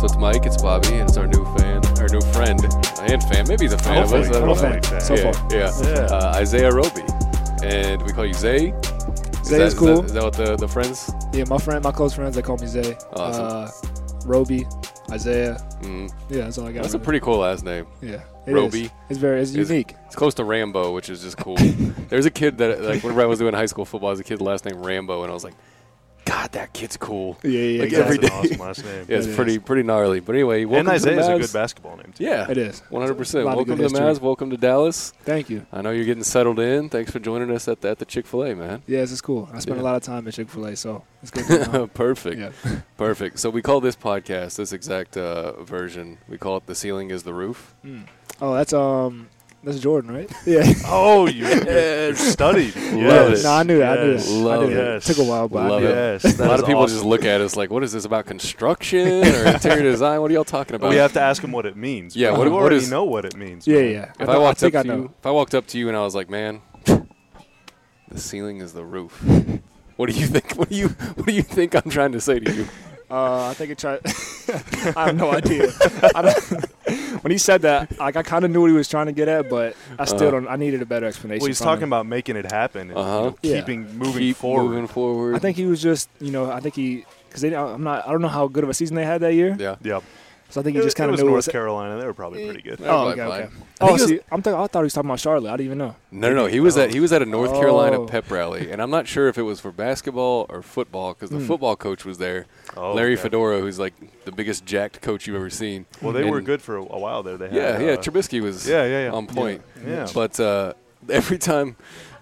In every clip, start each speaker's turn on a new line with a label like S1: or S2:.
S1: So it's Mike, it's Bobby, and it's our new fan, our new friend and fan. Maybe he's a fan
S2: Hopefully,
S1: of us. I don't know.
S2: total fan.
S3: that.
S2: So
S1: yeah,
S2: far,
S1: yeah.
S2: Yeah.
S1: Uh, Isaiah Roby, and we call you Zay.
S2: Zay
S1: that-
S2: is cool.
S1: that- is that what the, the friends?
S2: yeah, my friend, my close friends, they call me Zay.
S1: Awesome.
S2: Uh, Roby, Isaiah.
S1: Mm.
S2: Yeah, that's all I got.
S1: That's a
S2: really.
S1: pretty cool last name.
S2: Yeah, it is.
S1: Roby.
S2: It's very it's
S1: Is-
S2: unique.
S1: It's close to Rambo, which is just cool. There's a kid that like whenever I was doing high school football, I was a kid last name Rambo, and I was like, God, that kid's cool.
S2: Yeah, yeah,
S1: Like
S2: yeah,
S1: every
S2: exactly.
S1: day.
S3: That's an awesome last name.
S1: Yeah, it's
S2: It is.
S1: pretty pretty gnarly. But anyway, welcome
S3: and Isaiah
S1: to
S3: is
S1: the
S3: a
S1: Mavs.
S3: good basketball name too.
S1: Yeah,
S2: It is.
S1: One hundred percent.
S2: A lot of
S1: Welcome to
S2: good
S1: the
S2: history.
S1: Mavs. Welcome to Dallas.
S2: Thank you.
S1: I know you're getting settled in. Thanks for joining us at, at the Chick Fil A, man.
S2: Yeah, this is cool. I spent
S1: Yeah.
S2: a lot of time at Chick Fil A, so it's good. To know.
S1: Perfect.
S2: yeah,
S1: Perfect. So we call this podcast, this exact uh, version, we call it "The Ceiling Is the Roof."
S2: Oh, that's um, that's Jordan, right? Yeah.
S3: Oh, you you're studied.
S1: Love
S3: Yes.
S1: it.
S2: no, I knew that. I knew
S3: Yes.
S2: that.
S1: Love
S2: I knew
S3: it.
S2: that. Took a while, but
S1: Love
S2: I knew
S1: it.
S3: Yes,
S1: a
S3: that
S1: lot
S3: is
S1: of people just
S3: awesome.
S1: look at us like, "What is this about construction or interior design? What are y'all talking about?"
S3: We have to ask him what it means.
S1: Yeah,
S3: but
S1: what-
S3: you
S1: what
S3: already
S1: is-
S3: know what it means.
S2: Yeah,
S3: man.
S2: yeah.
S1: if
S2: know-
S1: I, walked
S2: think
S1: up
S2: I
S1: to
S2: know.
S1: you, if I walked up to you and I was like, "Man, the ceiling is the roof," what do you think? What do you What do you think I'm trying to say to you?
S2: Uh, I think it tried. I have no idea. I don't- when he said that, like I kind of knew what he was trying to get at, but I still
S1: Uh-huh.
S2: don't. I needed a better explanation.
S3: Well, he's
S2: from
S3: talking
S2: him.
S3: about making it happen and you know,
S1: Uh-huh.
S2: Yeah.
S3: keeping moving
S1: Keep
S3: forward.
S1: moving forward.
S2: I think he was just, you know, I think he because they. I'm not. I don't know how good of a season they had that year.
S1: Yeah.
S3: Yeah,
S2: So I think
S3: it,
S2: he just
S3: it
S2: kind of
S3: was
S2: knew. what
S3: North
S2: was-
S3: Carolina. They were probably pretty good.
S1: They're probably
S2: Oh, okay,
S1: fine.
S2: okay.
S1: I think
S2: Oh,
S1: it was-
S2: see, I'm th- I thought he was talking about Charlotte. I didn't even know.
S1: No, no, no. He was at he was at a North Carolina
S2: Oh.
S1: pep rally, and I'm not sure if it was for basketball or football because the
S2: Hmm.
S1: football coach was there,
S3: Oh,
S1: Larry
S3: okay.
S1: Fedora, who's like the biggest jacked coach you've ever seen.
S3: Well, they were
S1: And-
S3: good for a, a while there. They had,
S1: Yeah, yeah.
S3: uh,
S1: Trubisky was
S3: yeah, yeah, yeah.
S1: on
S3: Yeah.
S1: point.
S3: Yeah.
S1: But uh, every time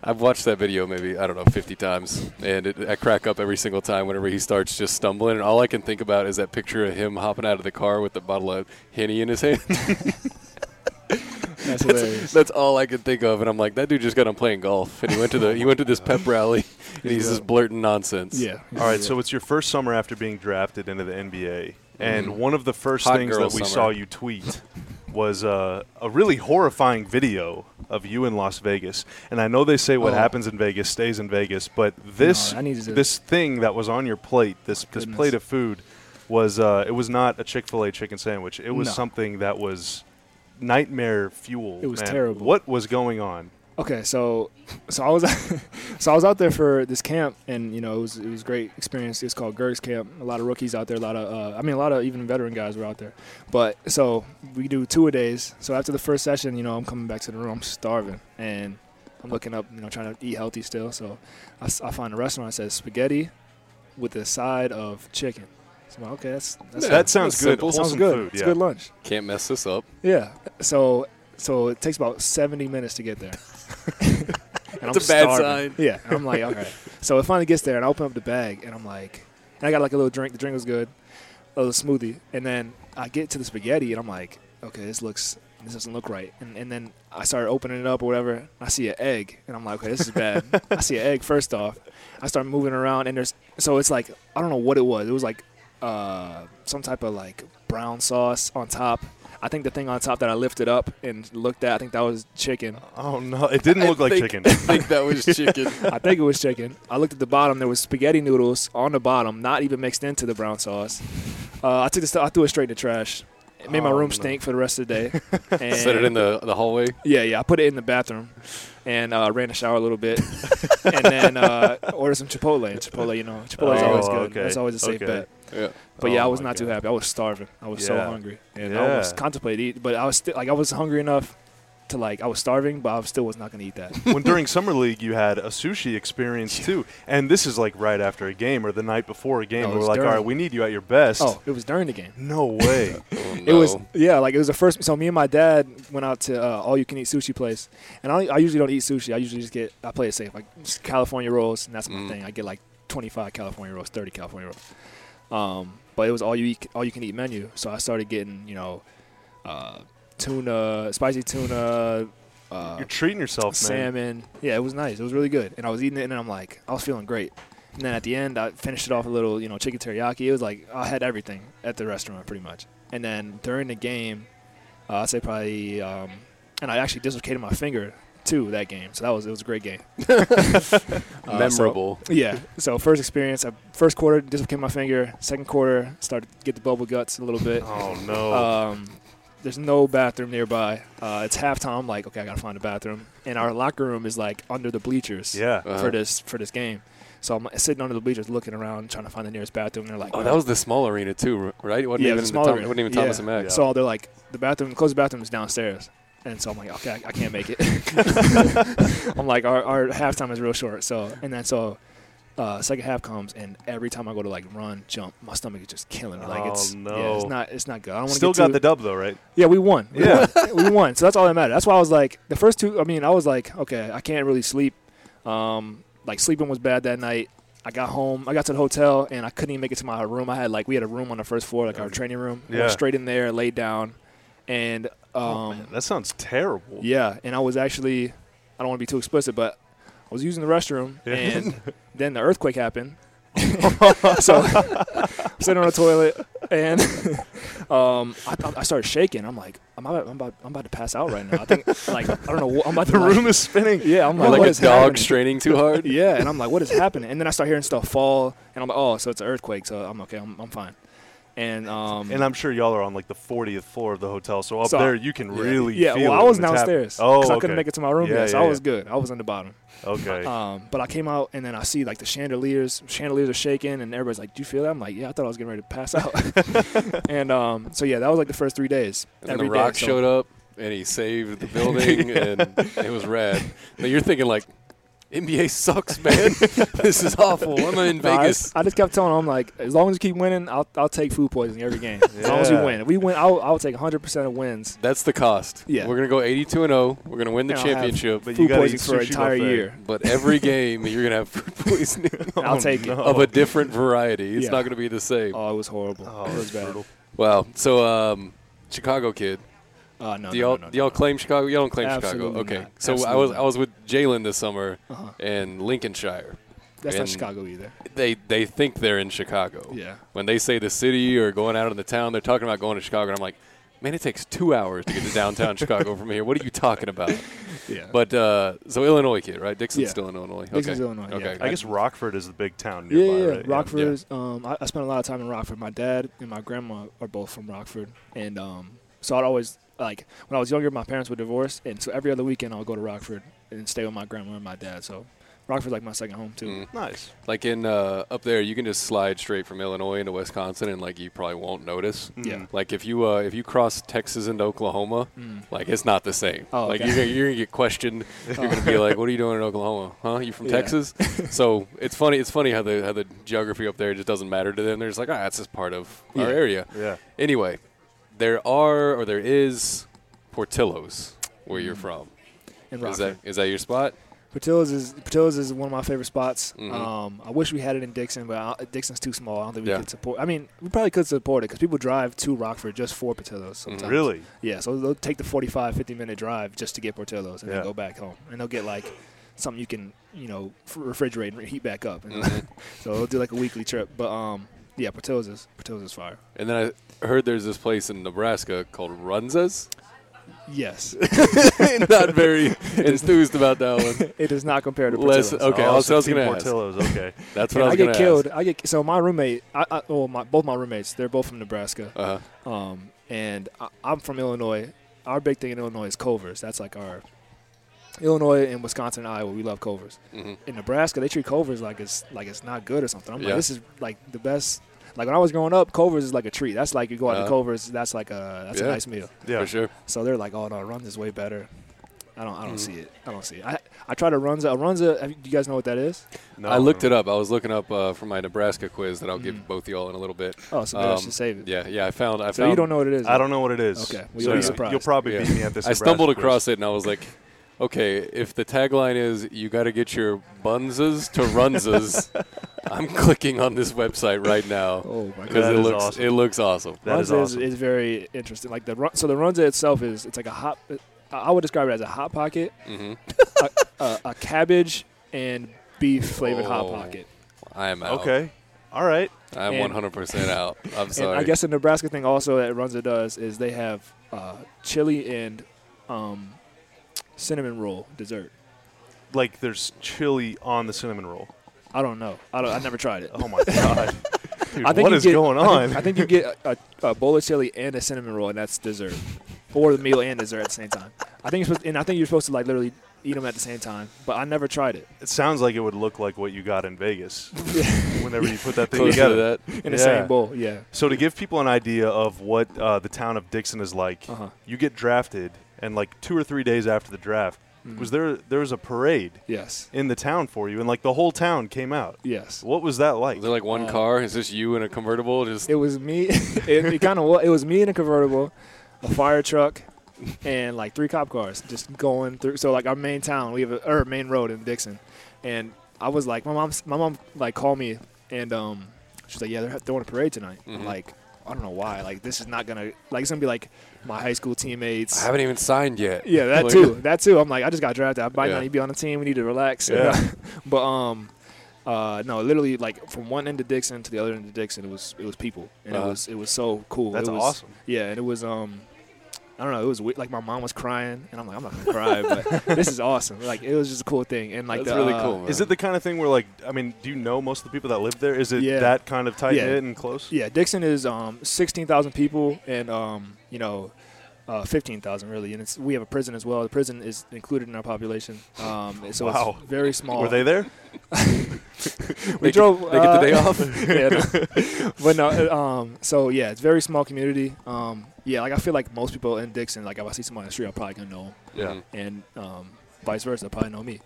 S1: I've watched that video, maybe I don't know, 50 times, and it, I crack up every single time whenever he starts just stumbling, and all I can think about is that picture of him hopping out of the car with the bottle of henny in his hand.
S2: That's hilarious.
S1: That's all I could think of, and I'm like, that dude just got on playing golf, and he went to the he went to this pep rally, and he's just blurting nonsense.
S2: yeah.
S3: All right, so it's your first summer after being drafted into the NBA, and
S2: Mm-hmm.
S3: one of the first
S1: Hot
S3: things
S1: girl
S3: that we
S1: summer.
S3: saw you tweet was uh, a really horrifying video of you in Las Vegas. And I know they say what
S2: Oh.
S3: happens in Vegas stays in Vegas, but this
S2: I needed to-
S3: this thing that was on your plate, this this
S2: Goodness.
S3: plate of food, was uh, it was not a Chick Fil A chicken sandwich. It was
S2: No.
S3: something that was nightmare fuel.
S2: It was
S3: man.
S2: terrible.
S3: What was going on?
S2: Okay, so so I was so I was out there for this camp, and you know it was it was a great experience. It's called Gerg's Camp. A lot of rookies out there. A lot of uh, I mean, a lot of even veteran guys were out there. But so we do two a days. So after the first session, you know, I'm coming back to the room. I'm starving, and I'm looking up, you know, trying to eat healthy still. So I, s- I find a restaurant that says spaghetti with a side of chicken. So I'm like, okay, that's that's
S1: Yeah,
S3: that sounds
S1: that's
S3: good.
S1: simple.
S2: sounds
S3: Wholesome
S2: good.
S3: Food,
S2: it's
S3: yeah.
S2: good lunch.
S1: Can't mess this up.
S2: Yeah. So so it takes about 70 minutes to get there. and
S1: That's a bad sign.
S2: Yeah. And I'm like, all right. So it finally gets there, and I open up the bag, and I'm like, and I got like a little drink. The drink was good, a little smoothie, and then I get to the spaghetti, and I'm like, okay, this looks. This doesn't look right, and, and then I started opening it up or whatever. And I see an egg, and I'm like, okay, this is bad. I see an egg first off. I start moving around, and there's so it's like I don't know what it was. It was like uh, some type of like brown sauce on top. I think the thing on top that I lifted up and looked at, I think that was chicken.
S3: Oh no! It didn't look
S1: I
S3: like
S1: think-
S3: chicken.
S1: I think that was chicken.
S2: I think it was chicken. I looked at the bottom. There was spaghetti noodles on the bottom, not even mixed into the brown sauce. Uh, I took this. I threw it straight in the trash. It made my
S3: Oh, no.
S2: room stink for the rest of the day. And
S1: Set it in the the hallway.
S2: Yeah, yeah. I put it in the bathroom, and uh, ran a shower a little bit, and then uh, ordered some Chipotle. And Chipotle, you know, Chipotle is
S1: Oh,
S2: always good.
S3: okay,
S2: That's always a safe
S3: okay.
S2: bet.
S1: Yeah.
S2: But
S3: Oh
S2: yeah, I was
S3: my
S2: not too
S3: God.
S2: happy. I was starving. I was so
S3: Yeah.
S2: hungry, and
S3: Yeah.
S2: I almost contemplated eating. But I was still like I was hungry enough to like I was starving, but I still was not going to eat that.
S3: when during summer league you had a sushi experience too, and this is like right after a game or the night before a game.
S2: No, it
S3: where we're
S2: was
S3: like,
S2: during-
S3: all right, we need you at your best.
S2: Oh, it was during the game.
S3: No way.
S1: Oh,
S2: It was
S1: no.
S2: yeah, like it was the first. So me and my dad went out to uh, all you can eat sushi place, and I, I usually don't eat sushi. I usually just get I play it safe, like just California rolls, and that's my
S1: Mm.
S2: thing. I get like 25 California rolls, 30 California rolls. Um, but it was all you eat, all you can eat menu. So I started getting you know, uh, tuna, spicy tuna, uh,
S3: You're treating yourself, man.
S2: salmon. Yeah, it was nice. It was really good, and I was eating it, and I'm like, I was feeling great. And then at the end, I finished it off a little, you know, chicken teriyaki. It was like I had everything at the restaurant pretty much. And then during the game, uh, I'd say probably, um, and I actually dislocated my finger two that game. So that was it was a great game.
S1: Uh,
S2: so-
S1: Memorable.
S2: Yeah. So first experience, I, first quarter dislocated my finger. Second quarter, started to get the bubble guts a little bit.
S3: Oh no.
S2: Um, there's no bathroom nearby. Uh, it's halftime. I'm like, okay, I gotta find a bathroom. And our locker room is like under the bleachers.
S3: yeah.
S1: Uh, Uh-huh.
S2: For this for this game, so I'm sitting under the bleachers looking around trying to find the nearest bathroom. They're like,
S1: Oh, that was the small arena too, right? It wasn't
S2: Yeah, it
S1: even
S2: was
S1: the
S2: a small
S1: Thom-
S2: arena.
S1: It wasn't even
S2: Yeah.
S1: Thomas and Mack.
S3: Yeah.
S2: So they're like, the bathroom, the closest bathroom is downstairs. And so I'm like, okay, I, I can't make it. I'm like, our, our halftime is real short. So, and then so, uh, second half comes, and every time I go to like run, jump, my stomach is just killing me. Like it's,
S3: Oh, no.
S2: yeah, it's not, it's not good. I don't want to
S3: Still
S2: get
S3: got
S2: too-
S3: the dub though, right?
S2: yeah, we won. We
S3: Yeah.
S2: won. we won. So that's all that mattered. That's why I was like, the first two. I mean, I was like, okay, I can't really sleep. Um, like sleeping was bad that night. I got home. I got to the hotel, and I couldn't even make it to my room. I had like we had a room on the first floor, like our training room. I
S3: Yeah.
S2: went straight in there, laid down, and um,
S3: Oh, man, that sounds terrible.
S2: yeah. And I was actually, I don't want to be too explicit, but I was using the restroom,
S3: Yeah.
S2: and then the earthquake happened. so I'm sitting on the toilet, and um, I, thought- I started shaking. I'm like, I'm about, I'm about, I'm about to pass out right now. I think, like, I don't know. What, I'm about
S3: The
S2: to like-
S3: room is spinning.
S2: Yeah, I'm
S1: Or
S2: like,
S1: like
S2: what
S1: a
S2: is
S1: dog
S2: happening?
S1: straining too hard.
S2: Yeah, and I'm like, what is happening? And then I start hearing stuff fall, and I'm like, oh, so it's an earthquake. So I'm okay. I'm, I'm fine. And um,
S3: And I'm sure y'all are on like the 40th floor of the hotel, so up
S2: So-
S3: there you can
S1: Yeah.
S3: really
S2: yeah,
S3: feel
S2: well,
S3: it
S2: I was
S3: when it's happening.
S2: downstairs
S3: Oh,
S2: I couldn't
S3: okay.
S2: make it to my room
S3: Yeah,
S2: yet, so
S3: yeah,
S2: I was
S3: yeah.
S2: good. I was on the bottom.
S3: Okay.
S2: Um, but I came out and then I see like the chandeliers, chandeliers are shaking, and everybody's like, "Do you feel that?" I'm like, "Yeah, I thought I was getting ready to pass out." and um, so yeah, that was like the first three days.
S1: And then the Rock showed up and he saved the building, and it was rad. Now you're thinking like, NBA sucks, man. this is awful. I'm in
S2: I,
S1: Vegas.
S2: just, I just kept telling him like, as long as you keep winning, I'll I'll take food poisoning every game. As long as you
S3: Yeah.
S2: win, if we win, I'll I'll take 100 percent of wins.
S1: That's the cost.
S2: Yeah.
S1: We're gonna go 82 and 0. We're gonna win the
S2: And I'll have-
S1: championship,
S3: But you
S2: food
S3: gotta
S2: poisoning
S3: eat
S2: for an
S3: sushi
S2: entire
S3: buffet.
S2: year.
S1: but every game you're gonna have food poisoning
S2: I'll take it.
S1: of a different variety. It's
S2: Oh. Yeah.
S1: not gonna be the same.
S2: Oh, it was horrible.
S3: Oh,
S2: it
S3: that's
S2: was bad.
S3: brutal.
S1: Wow. So, um, Chicago kid.
S2: Uh, no,
S1: do
S2: no,
S1: y'all
S2: no, no,
S1: do y'all
S2: no.
S1: claim Chicago? Y'all don't claim Chicago.
S2: Absolutely
S1: Okay.
S2: not.
S1: So I was
S2: Absolutely
S1: I was with Jalen this summer
S2: Uh-huh.
S1: in Lincolnshire.
S2: That's
S1: and
S2: not Chicago either.
S1: They they think they're in Chicago.
S2: Yeah.
S1: When they say the city or going out in the town, they're talking about going to Chicago. And I'm like, man, it takes two hours to get to downtown Chicago from here. What are you talking about?
S2: Yeah.
S1: But uh, so Illinois kid, right? Dixon's
S2: Yeah.
S1: still in Illinois.
S2: Dixon's
S1: okay.
S2: Illinois, yeah.
S1: Okay.
S3: I guess Rockford is the big town
S2: Yeah,
S3: nearby,
S2: yeah, yeah.
S3: right?
S2: Rockford.
S1: Yeah.
S2: is- Um, I, I spent a lot of time in Rockford. My dad and my grandma are both from Rockford, and um, so I'd always like when I was younger, my parents were divorced, and so every other weekend I'll go to Rockford and stay with my grandma and my dad. So Rockford's like my second home too.
S1: Mm.
S3: Nice.
S1: Like in uh, up there, you can just slide straight from Illinois into Wisconsin, and like you probably won't notice.
S2: Yeah.
S1: Like if you uh, if you cross Texas into Oklahoma,
S2: Mm.
S1: like it's not the same.
S2: Oh,
S1: like
S2: okay.
S1: you're, gonna- you're gonna get questioned. You're gonna be like, "What are you doing in Oklahoma? Huh? You from
S2: Yeah.
S1: Texas?" so it's funny. It's funny how the how the geography up there just doesn't matter to them. They're just like, "Ah, that's just part of our
S2: Yeah.
S1: area."
S3: Yeah.
S1: Anyway, there are or there is Portillo's where
S2: Mm.
S1: you're from.
S2: In
S1: Is that
S2: Rockford,
S1: is that your spot?
S2: Portillo's is Portillo's is one of my favorite spots.
S1: Mhm.
S2: Um, I wish we had it in Dixon, but I, Dixon's too small. I don't think we
S1: Yeah.
S2: could support. I mean, we probably could support it because people drive to Rockford just for Portillo's. Sometimes.
S3: Really?
S2: Yeah, so they'll take the 45, 50 minute drive just to get Portillo's and
S3: Yeah.
S2: then go back home. And they'll get like something you can, you know, f- refrigerate and heat back up. And
S1: Mhm.
S2: so they'll do like a weekly trip. But um, yeah, Portillo's is, Portillo's is fire.
S1: And then I heard there's this place in Nebraska called Runza's.
S2: Yes.
S1: Not very enthused about that one.
S2: it does not compare to
S1: Less-
S2: Portillo's.
S1: Okay,
S3: oh,
S1: I was- I was
S3: Team
S1: gonna ask.
S3: Portillo's, okay.
S1: uh, That's what
S2: And
S1: I was
S2: I
S1: gonna
S2: get killed. I get so my roommate. I, I well, my both my roommates. They're both from Nebraska,
S1: Ask. Uh-huh.
S2: um, and I, I'm from Illinois. Our big thing in Illinois is Culver's. That's like our Illinois and Wisconsin, and Iowa. We love Culver's.
S1: hmm
S2: in Nebraska, they treat Culver's like it's like it's not good or something. I'm
S1: Yeah.
S2: like, this is like the best. Like when I was growing up, Culver's is like a treat. That's like you go out
S1: Uh-huh.
S2: to Culver's, that's like a that's
S1: Yeah.
S2: a nice meal.
S3: Yeah.
S1: For sure.
S2: So they're like, oh no, Runs is way better. I don't I don't
S1: Mm-hmm.
S2: see it. I don't see it. I I tried a Runza. A Runza. have you- Do you guys know what that is?
S3: No,
S1: I looked
S3: no.
S1: it up. I was looking up uh, for my Nebraska quiz that I'll give
S2: Mhm.
S1: both y'all in a little bit.
S2: Oh, so maybe
S1: Um,
S2: I should save it.
S1: Yeah, yeah. I found. I
S2: so
S1: found.
S2: you don't know what it is.
S3: I don't know what it is.
S2: Okay, well,
S1: you'll be
S3: you-
S2: surprised.
S3: You'll probably
S1: Yeah.
S3: beat me at this.
S1: I stumbled
S3: Nebraska
S1: across it and I was like, okay, if the tagline is "You got to get your bunzas to runzas," I'm clicking on this website right now
S2: Oh my
S1: because
S3: That
S1: it
S3: is
S1: looks
S3: awesome.
S1: it looks awesome.
S3: That is
S2: Runza
S3: awesome.
S2: is, very interesting. Like the run, so the Runza itself is it's like a hot. uh, I would describe it as a hot pocket, uh,
S1: hmm
S2: a, a cabbage and beef flavored hot
S1: Oh.
S2: pocket.
S1: I am
S3: quiz.
S1: out.
S3: Okay. All right.
S1: I'm
S2: And-
S1: 100% out. I'm
S2: And
S1: sorry.
S2: I guess the Nebraska thing also that Runza does is they have uh, chili and um, cinnamon roll dessert.
S3: Like there's chili on the cinnamon roll.
S2: I don't know. I don't, I never tried it.
S3: Oh my god. Dude,
S2: I think
S3: what
S2: you
S3: is
S2: get-
S3: going
S2: I
S3: on?
S2: think, I think you get a, a, a bowl of chili and a cinnamon roll, and that's dessert, or the meal and dessert at the same time. I think you're supposed, and I think you're supposed to like literally eat them at the same time. But I never tried it
S3: it sounds like it would look like what you got in Vegas whenever you put that thing
S1: Close to
S3: together.
S1: that.
S2: in the
S3: Yeah.
S2: same bowl. Yeah.
S3: So to give people an idea of what uh, the town of Dixon is like,
S2: Uh huh.
S3: you get drafted, and like two or three days after the draft,
S1: Hmm.
S3: was there there was a parade
S2: Mm-hmm. Yes.
S3: in the town for you, and like the whole town came out.
S2: Yes.
S3: What was that like?
S1: Is there like one
S2: Uh,
S1: car? Is this you in a convertible? Just
S2: It was me. it it kind of it was me in a convertible, a fire truck, and like three cop cars just going through. So like our main town, we have a or main road in Dixon, and I was like, my mom, my mom like called me and um, she's like, yeah, they're throwing a parade tonight. I'm
S1: Mhm.
S2: like, I don't know why. Like this is not gonna like it's gonna be like my high school teammates.
S1: I haven't even signed yet.
S2: Yeah, that
S1: Like-
S2: too. That too. I'm like, I just got drafted. I might
S1: Yeah.
S2: not even be on the team. We need to relax.
S3: Yeah.
S2: but um, uh, no, literally, like from one end of Dixon to the other end of Dixon, it was it was people, and
S1: Uh-huh.
S2: it was it was so cool.
S3: That's
S2: It was-
S3: awesome.
S2: Yeah, and it was um. I don't know. It was we- like my mom was crying, and I'm like, I'm not gonna cry, but this is awesome. Like it was just a cool thing, and like
S1: That's
S2: the,
S1: really
S2: uh,
S1: cool. Man.
S3: Is it the kind of thing where like I mean, do you know most of the people that live there? Is it
S2: Yeah.
S3: that kind of tight knit
S2: Yeah.
S3: and close?
S2: Yeah, Dixon is um, 16,000 people and, um, you know, uh, 15,000 really. And it's, we have a prison as well. The prison is included in our population. Um, and so
S3: Wow.
S2: it's very small.
S3: Were they there?
S2: we
S1: They get-
S2: drove.
S1: they get the day
S2: uh,
S1: off?
S2: yeah, no. but no. it, Um, so yeah, it's a very small community. Um, yeah, like I feel like most people in Dixon, like if I see somebody on the street, I'm probably gonna know 'em.
S1: Yeah.
S2: and um, vice versa, they'll probably know me.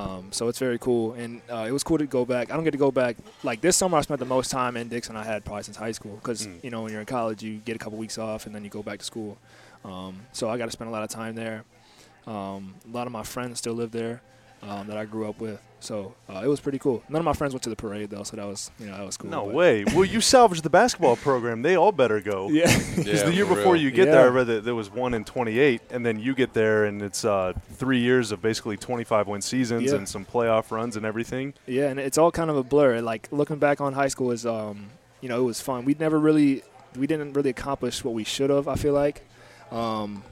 S2: Um, so it's very cool, and uh, it was cool to go back. I don't get to go back like this summer. I spent the most time in Dixon I had probably since high school, because
S3: Mm.
S2: you know when you're in college, you get a couple weeks off, and then you go back to school. Um, so I got to spend a lot of time there. Um, a lot of my friends still live there um, that I grew up with. So uh, it was pretty cool. None of my friends went to the parade though, so that was you know that was cool.
S3: No
S2: but-
S3: way. Well, you salvaged the basketball program. They all better go.
S2: Yeah.
S3: Because
S1: Yeah,
S3: the year
S1: for
S3: before
S1: real.
S3: you get there, I
S2: Yeah.
S3: read that there was one in 28, and then you get there, and it's uh, three years of basically 25 win seasons
S2: Yeah.
S3: and some playoff runs and everything.
S2: yeah, and it's all kind of a blur. Like looking back on high school is um, you know, it was fun. We never really we didn't really accomplish what we should have, I feel like. Um,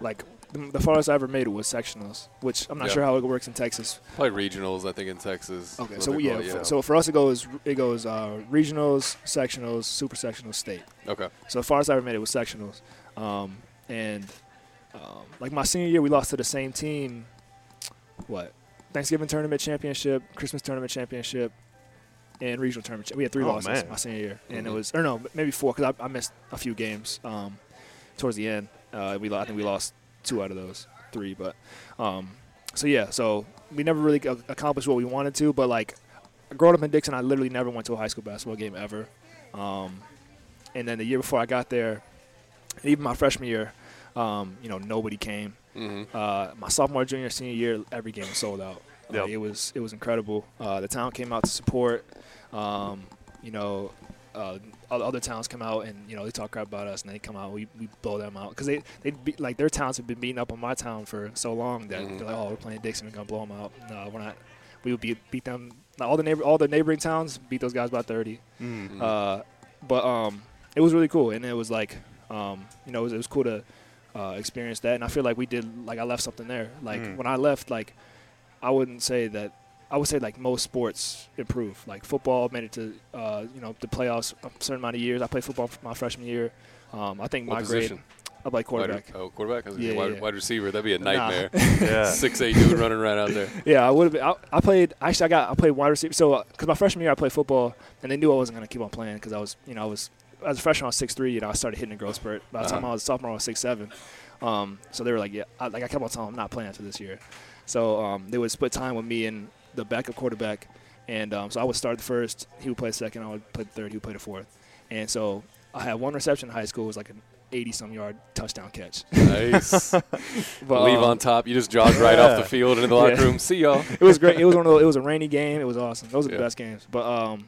S2: like the, the farthest I ever made it was sectionals, which I'm not
S1: Yeah.
S2: sure how it works in Texas.
S1: Probably regionals, I think, in Texas.
S2: Okay,
S1: What
S2: so
S1: they
S2: yeah,
S1: call it,
S2: f- so for us it goes it goes uh, regionals, sectionals, super sectionals, state.
S1: okay.
S2: So the farthest I ever made it was sectionals, um, and um, like my senior year, we lost to the same team. What Thanksgiving tournament championship, Christmas tournament championship, and regional tournament. cha- We had three
S3: Oh,
S2: losses
S3: man.
S2: my senior year, and it
S1: Mhm.
S2: was or no, maybe four because I, I missed a few games um, towards the end. Uh, we lo- I think we lost two out of those three, but um, so yeah, so we never really ac- accomplished what we wanted to, but like growing up in Dixon, I literally never went to a high school basketball game ever. Um, and then the year before I got there, even my freshman year, um, you know, nobody came.
S1: hmm
S2: Uh, my sophomore, junior, senior year, every game was sold out.
S3: Yep.
S2: Like, it was it was incredible. Uh, the town came out to support. Um, you know, uh, o- other towns come out and you know they talk crap about us, and they come out. We, we blow them out because they they be, like their towns have been beating up on my town for so long that
S1: Mhm.
S2: they're like, oh, we're playing Dixon, we're gonna blow them out. No, we're not. We would beat beat them. All the neighbor all the neighboring towns beat those guys by thirty.
S3: Mm.
S2: Uh, but um, it was really cool, and it was like, um, you know, it was, it was cool to uh, experience that. And I feel like we did, like, I left something there. Like
S3: Mm.
S2: when I left, like, I wouldn't say that. I would say like most sports improve. Like football made it to, uh, you know, the playoffs a certain amount of years. I played football for my freshman year. Um, I think
S1: What
S2: my
S1: position?
S2: grade. I played quarterback.
S1: Wide, oh, quarterback? I was
S2: Yeah,
S1: yeah, wide,
S2: yeah.
S1: wide receiver. That'd be a
S2: Nah.
S1: nightmare.
S3: yeah.
S1: Six eight dude running around out there.
S2: Yeah, I would have. I, I played. Actually, I got. I played wide receiver. So, because my freshman year, I played football, and they knew I wasn't going to keep on playing because I was, you know, I was as a freshman, I was six three. You know, I started hitting a growth spurt. By the time
S1: Uh-huh.
S2: I was a sophomore, I was six seven. Um, so they were like, yeah, I, like I kept on telling them I'm not playing for this year. So um, they would split time with me and the backup quarterback, and um, so I would start the first. He would play second. I would play the third. He would play the fourth. And so I had one reception in high school. It was like an eighty-some yard touchdown catch.
S1: Nice.
S2: But,
S1: Leave
S2: um,
S1: on top. You just jog right off
S3: Yeah.
S1: the field into the locker
S2: Yeah.
S1: room. See y'all.
S2: it was great. It was one of those, it was a rainy game. It was awesome. Those are the
S1: Yeah.
S2: best games. But um,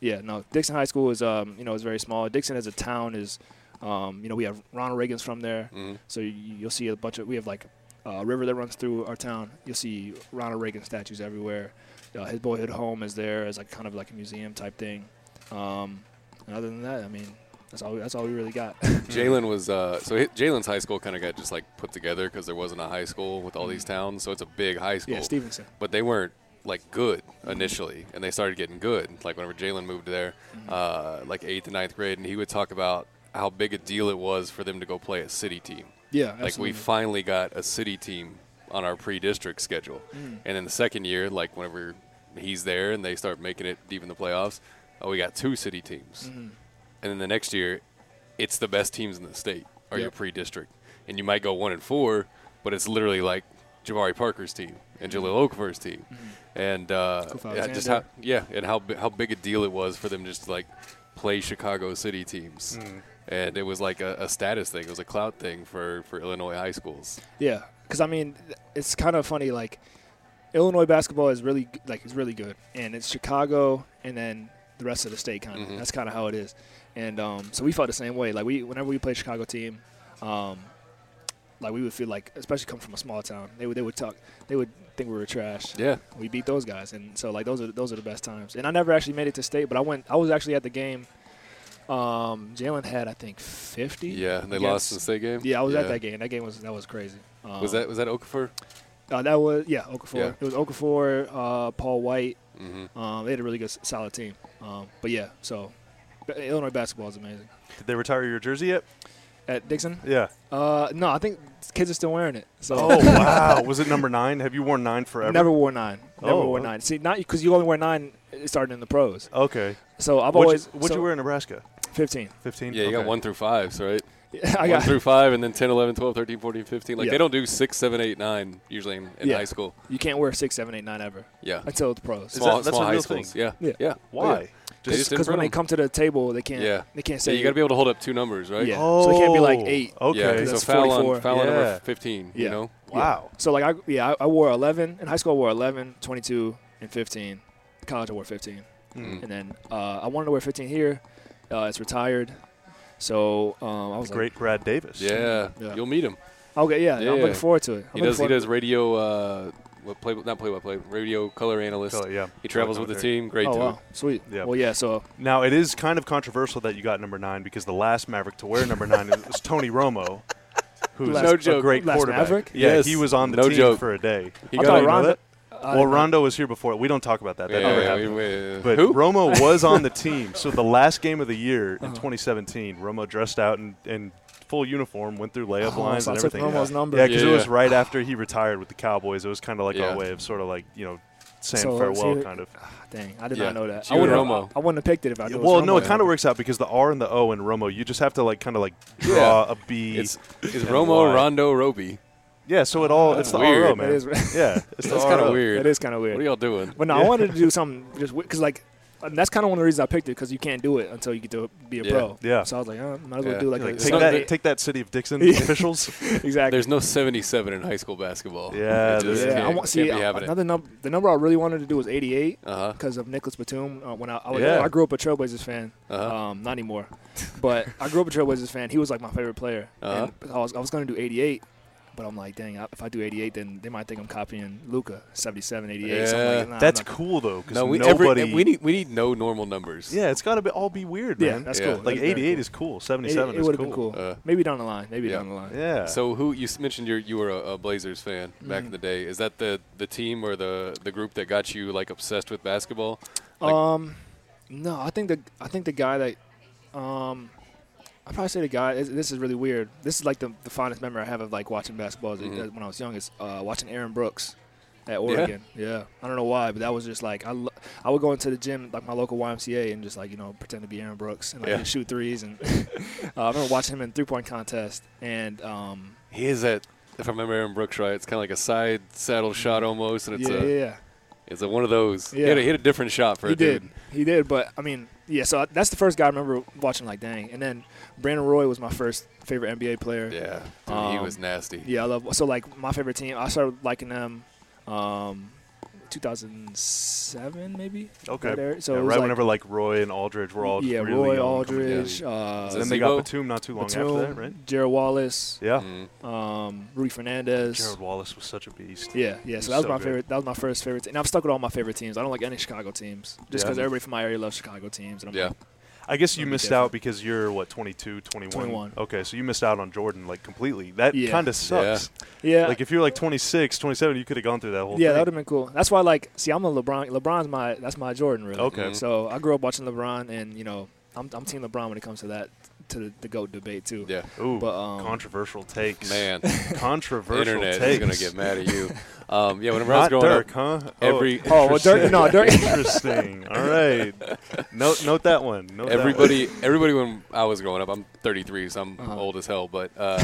S2: yeah, no. Dixon High School is um, you know, is very small. Dixon as a town is, um, you know, we have Ronald Reagan's from there,
S1: hmm
S2: so you, you'll see a bunch of we have like a river that runs through our town. You'll see Ronald Reagan statues everywhere. Uh, his boyhood home is there as like kind of like a museum type thing. Um, and other than that, I mean, That's all. That's all we really got.
S1: Jalen was uh, so hi- Jalen's high school kind of got just like put together because there wasn't a high school with all these towns, so it's a big high school.
S2: Mm. yeah, Stevenson.
S1: But they weren't like good initially, and they started getting good. Like whenever Jalen moved there, uh, like eighth and ninth grade, and he would talk about how big a deal it was for them to go play a city team.
S2: Yeah,
S1: Like we
S2: absolutely.
S1: finally got a city team on our pre-district schedule,
S2: Mm.
S1: and then the second year, like whenever he's there and they start making it deep in the playoffs, oh, we got two city teams,
S2: Mm-hmm.
S1: and then the next year, it's the best teams in the state are your
S2: Yep.
S1: pre-district, and you might go one and four, but it's literally like Jabari Parker's team and
S2: Mm-hmm.
S1: Jaleel Okafor's team, and uh,
S2: Kofi
S1: yeah, just
S2: Alexander.
S1: how yeah, and how bi- how big a deal it was for them just to, like play Chicago City teams.
S2: Hmm.
S1: And it was like a, a status thing. It was a clout thing for, for Illinois high schools.
S2: Yeah, because I mean, it's kind of funny. Like Illinois basketball is really g- like it's really good, and it's Chicago, and then the rest of the state kind of.
S1: Mhm.
S2: That's kind of how it is, and um, so we felt the same way. Like we, whenever we play Chicago team, um, like we would feel like, especially coming from a small town, they would they would talk, they would think we were trash.
S1: Yeah.
S2: We beat those guys, and so like those are those are the best times. And I never actually made it to state, but I went. I was actually at the game. Um, Jalen had I think fifty.
S1: Yeah. And they
S2: against-
S1: lost in the state game.
S2: Yeah, I was at that game. That game was that was crazy. Um,
S1: Was that was that Okafor?
S2: uh, that was yeah, Okafor.
S1: Yeah.
S2: It was Okafor, uh, Paul White.
S1: Mm-hmm.
S2: Um, they had a really good, s- solid team. Um, but yeah, so b- Illinois basketball is amazing.
S3: Did they retire your jersey yet?
S2: At Dixon,
S3: Yeah.
S2: uh, no, I think kids are still wearing it. So
S3: Oh wow! Was it number nine? Have you worn nine forever?
S2: never wore nine. Never
S3: Oh,
S2: wore
S3: wow.
S2: nine. See, not because you only wear nine uh, starting in the pros.
S3: Okay.
S2: So I've
S3: what'd
S2: always
S3: you, what'd
S2: so
S3: you wear in Nebraska?
S2: Fifteen.
S3: Fifteen.
S1: Yeah, you got one through five, so right?
S2: I
S1: one
S2: got
S1: through five, and then 10, 11, 12, 13, 14, 15. Like
S2: Yeah.
S1: they don't do six, seven, eight, nine usually in, in
S2: Yeah.
S1: high school.
S2: you can't wear six, seven, eight, nine ever
S1: Yeah.
S2: until the pros.
S3: Is
S1: Small,
S3: that- that's
S1: small
S3: a
S1: high
S3: real
S1: schools.
S3: thing?
S1: Yeah.
S2: Yeah.
S1: Yeah.
S3: Why?
S1: They just
S2: Because when they
S1: improve.
S2: come to the table, they can't.
S1: Yeah.
S2: They can't
S1: Yeah,
S2: say
S1: you got to be able to hold up two numbers, right?
S2: Yeah. So it can't be like
S3: Oh,
S2: eight.
S1: Yeah,
S3: Okay.
S1: so
S2: That's
S1: foul on
S2: 44.
S1: foul on
S3: Yeah.
S1: number 15, you
S2: Yeah.
S1: know?
S2: Yeah.
S3: wow.
S2: So like I yeah I, I wore 11 in high school. I wore 11, 22, and 15. College I wore 15,
S1: Mm.
S2: and then uh, I wanted to wear 15 here. Uh, it's retired, so um, I was
S3: Great Brad Davis.
S1: Yeah.
S2: Yeah.
S1: You'll meet him.
S2: like, okay, yeah, I'm
S1: Yeah.
S2: looking forward to it. I'm
S1: He
S2: looking
S1: does he
S2: forward-
S1: does radio uh what play not play by play, radio color analyst.
S3: Tell it, yeah.
S1: He travels with the
S3: Commentary.
S1: team, great
S2: Oh
S1: dude.
S2: wow, sweet.
S3: Yeah.
S2: Well, yeah. So
S3: Now it is kind of controversial that you got number nine because the last Maverick to wear number nine was Tony Romo, who's
S2: Last-
S1: No
S3: a
S1: joke.
S3: great
S2: Last
S3: quarterback.
S2: Maverick?
S3: Yeah,
S1: Yes.
S3: he was on the
S1: No
S3: team
S1: joke.
S3: for a day.
S1: He
S2: I
S1: got
S2: thought
S1: it.
S2: Rondo. I Oh,
S3: well,
S2: didn't know.
S3: Rondo was here before. We don't talk about that. That
S1: Yeah,
S3: never
S1: yeah,
S3: happened.
S1: yeah, yeah.
S3: But
S1: Who?
S3: Romo was on the team. So the last game of the year
S2: Uh-huh.
S3: in 2017, Romo dressed out in, in full uniform, went through layup
S2: Oh,
S3: lines
S2: so I
S3: and
S2: took
S3: everything.
S2: Romo's
S3: yeah,
S2: number.
S3: because it
S1: Yeah.
S3: was right after he retired with the Cowboys. It was kind of like
S1: Yeah.
S3: our way of sort of like you know saying
S2: So,
S3: farewell,
S2: see,
S3: kind of.
S2: dang, I did
S1: Yeah.
S2: not know that.
S1: You
S2: I wouldn't
S1: and
S2: have-
S1: Romo.
S2: I wouldn't have picked it if I knew.
S3: well,
S2: was
S3: no,
S2: Romo.
S3: it kind of works out because the R and the O in Romo, you just have to like kind of like draw a B.
S1: It's is
S3: and
S1: Romo
S3: why.
S1: Rondo Roby.
S3: yeah, so it all
S1: That's
S3: it's the
S1: weird.
S3: RO
S1: That
S3: man.
S2: is-
S3: yeah, it's the
S1: That's kind
S3: RO.
S1: of weird.
S2: That is kind of weird.
S1: What are y'all doing?
S2: But no,
S3: Yeah.
S2: I wanted to do something just because, like, and that's kind of one of the reasons I picked it because you can't do it until you get to be a
S1: Yeah.
S2: pro.
S3: Yeah.
S2: So I was like, oh, might as well
S1: Yeah.
S2: do like,
S3: Like,
S2: a
S1: It's
S3: take
S1: not-
S2: something-
S3: that, take that city of Dixon
S2: Yeah.
S3: officials.
S2: exactly.
S1: There's no 77 in high school basketball.
S3: Yeah,
S1: It just
S3: there's-
S2: yeah,
S1: can't,
S2: I want see
S1: can't be
S2: uh,
S1: happening.
S2: another number. The number I really wanted to do was 88
S1: Uh huh.
S2: because of Nicholas Batum. Uh, when I I, was,
S3: Yeah.
S2: I grew up a Trailblazers fan,
S1: Uh-huh.
S2: um, not anymore, but I grew up a Trailblazers fan. He was like my favorite player.
S1: Uh-huh.
S2: And I was I was gonna do 88. But I'm like, dang, I- if I do 88, then they might think I'm copying Luca, 77, 88. So I'm
S1: Yeah.
S2: like, nah, I'm
S3: That's
S2: not-
S3: cool though, because
S1: No, we
S3: nobody.
S1: every, we need we need no normal numbers.
S3: yeah, it's got to be all be weird,
S2: Yeah,
S3: man.
S2: that's
S1: Yeah.
S2: cool.
S3: like
S2: That's very
S3: 88
S2: cool.
S3: is cool. 77
S2: it,
S3: is
S2: would have
S3: cool.
S2: been cool.
S1: Uh,
S2: maybe down the line. Maybe
S1: yeah.
S2: down the line.
S3: Yeah.
S1: So who you s- mentioned you you were a, a Blazers fan back in
S2: Mm.
S1: the day? Is that the the team or the the group that got you like obsessed with basketball? Like-
S2: um, no, I think the I think the guy that, um, I probably say the guy. This this is really weird. This is like the, the fondest memory I have of like watching basketball as a-
S1: Mhm.
S2: when I was young is uh, watching Aaron Brooks at Oregon. Yeah. I don't know why, but that was just like I, lo- I would go into the gym like my local YMCA and just like you know pretend to be Aaron Brooks and like
S1: Yeah.
S2: just shoot threes and uh, I remember watching him in three point contest and um,
S1: He is at if I remember Aaron Brooks right, it's kind of like a side saddle shot almost, and it's
S2: yeah
S1: a
S2: yeah yeah.
S1: it's a one of those. He
S2: Yeah.
S1: had a, he had a different shot for
S2: he
S1: a dude.
S2: did. He did, but I mean, yeah. So I- that's the first guy I remember watching. Like, dang. And then Brandon Roy was my first favorite NBA player.
S1: Yeah, dude, he
S2: Um,
S1: was nasty.
S2: Yeah, I love. So like my favorite team, I started liking them, um, 2007 maybe.
S3: okay.
S2: Right there. So
S3: Yeah,
S2: it was
S3: right
S2: like-
S3: whenever like Roy and Aldridge were all
S2: yeah,
S3: really
S2: Roy
S3: young coming in.
S2: Aldridge,
S1: Is
S2: uh,
S1: that
S3: Then they got
S1: Zebo?
S3: Batum not too long
S2: Batum,
S3: after that, right?
S2: Jared Wallace,
S3: Yeah.
S1: Mhm.
S2: um, Rudy Fernandez.
S3: Mm. Jared Wallace was such a beast.
S2: Yeah, yeah.
S3: He's
S2: So that was
S3: so
S2: my
S3: good.
S2: favorite. That was my first favorite. team. And I've stuck with all my favorite teams. I don't like any Chicago teams, just
S3: Yeah.
S2: because everybody from my area loves Chicago teams. And I'm
S1: Yeah.
S2: like,
S3: I guess you
S2: That'd be
S3: missed
S2: different.
S3: out because you're what 22, 21?
S2: 21.
S3: Okay, so you missed out on Jordan like completely. That
S2: Yeah.
S3: kind of sucks.
S2: Yeah,
S3: Like if you're like 26, 27, you could have gone through that whole
S2: yeah, that
S3: thing.
S2: would have been cool. That's why, like, see, I'm a LeBron. LeBron's my that's my Jordan, really.
S3: Okay.
S1: Mhm.
S2: So I grew up watching LeBron, and you know, I'm I'm team LeBron when it comes to that to the, the goat debate too.
S1: Yeah.
S3: Ooh,
S2: But um,
S3: controversial takes.
S1: Man, the
S3: controversial
S1: internet
S3: takes.
S1: is gonna get mad at you. Um, yeah, whenever I was
S3: Not
S1: growing
S3: Dirk,
S1: up,
S3: huh?
S1: every-
S2: Oh, well, Dirk- no, Dirk-
S3: Interesting. All right. Note note that one. Note that one.
S1: everybody, everybody, when I was growing up, I'm 33, so I'm
S2: Uh-huh.
S1: old as hell. But uh,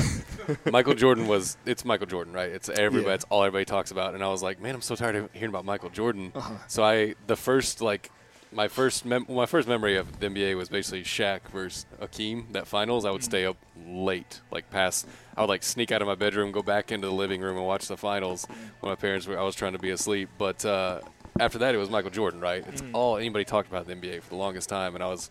S1: Michael Jordan was, it's Michael Jordan, right? It's everybody,
S2: Yeah.
S1: it's all everybody talks about. And I was like, man, I'm so tired of hearing about Michael Jordan.
S2: Uh-huh.
S1: So I, the first like, my first mem- well, my first memory of the NBA was basically Shaq versus Akeem. That finals, I would stay up late, like past. I would like sneak out of my bedroom, go back into the living room, and watch the finals when my parents were. I was trying to be asleep, but uh, after that, it was Michael Jordan, right? It's
S2: Mm.
S1: all anybody talked about the NBA for the longest time, and I was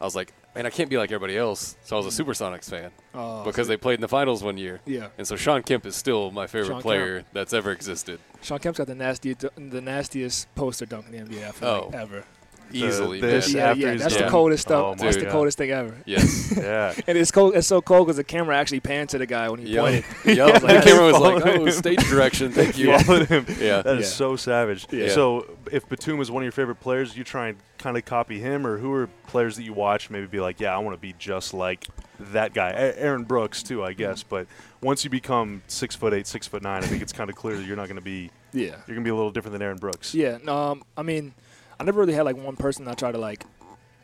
S1: I was like, man, I can't be like everybody else. So I was a Supersonics fan
S2: Mm. Oh,
S1: because they played in the finals one year.
S2: Yeah.
S1: And so Sean Kemp is still my favorite
S2: Sean
S1: player that's ever existed,
S2: Sean Kemp's got the nastiest the nastiest poster dunk in the NBA I feel like,
S1: Oh.
S2: ever.
S1: easily.
S3: this- Just
S1: yeah.
S2: yeah,
S3: after
S2: yeah,
S3: he's
S2: that's
S1: done.
S2: the coldest stuff.
S3: Oh, my
S2: that's the
S1: God.
S2: coldest thing ever.
S1: Yes.
S3: Yeah.
S2: And it's cold. It's so cold because the camera actually panned to the guy when he
S1: Yup.
S2: pointed.
S1: Yup.
S2: was like,
S1: the camera was like,
S3: "Follow
S1: oh, stage direction, thank you.
S3: Followed him.
S1: Yeah.
S3: That is
S2: Yeah.
S3: so savage.
S1: Yeah.
S3: So if Batum is one of your favorite players, you try and kind of copy him, or who are players that you watch? Maybe be like, yeah, I want to be just like that guy. A- Aaron Brooks too, I guess.
S2: Mm-hmm.
S3: But once you become six foot eight, six foot nine, I think it's kind of clear that you're not going to be.
S2: Yeah.
S3: You're going to be a little different than Aaron Brooks.
S2: Yeah. No, um, I mean, I never really had like one person I tried to like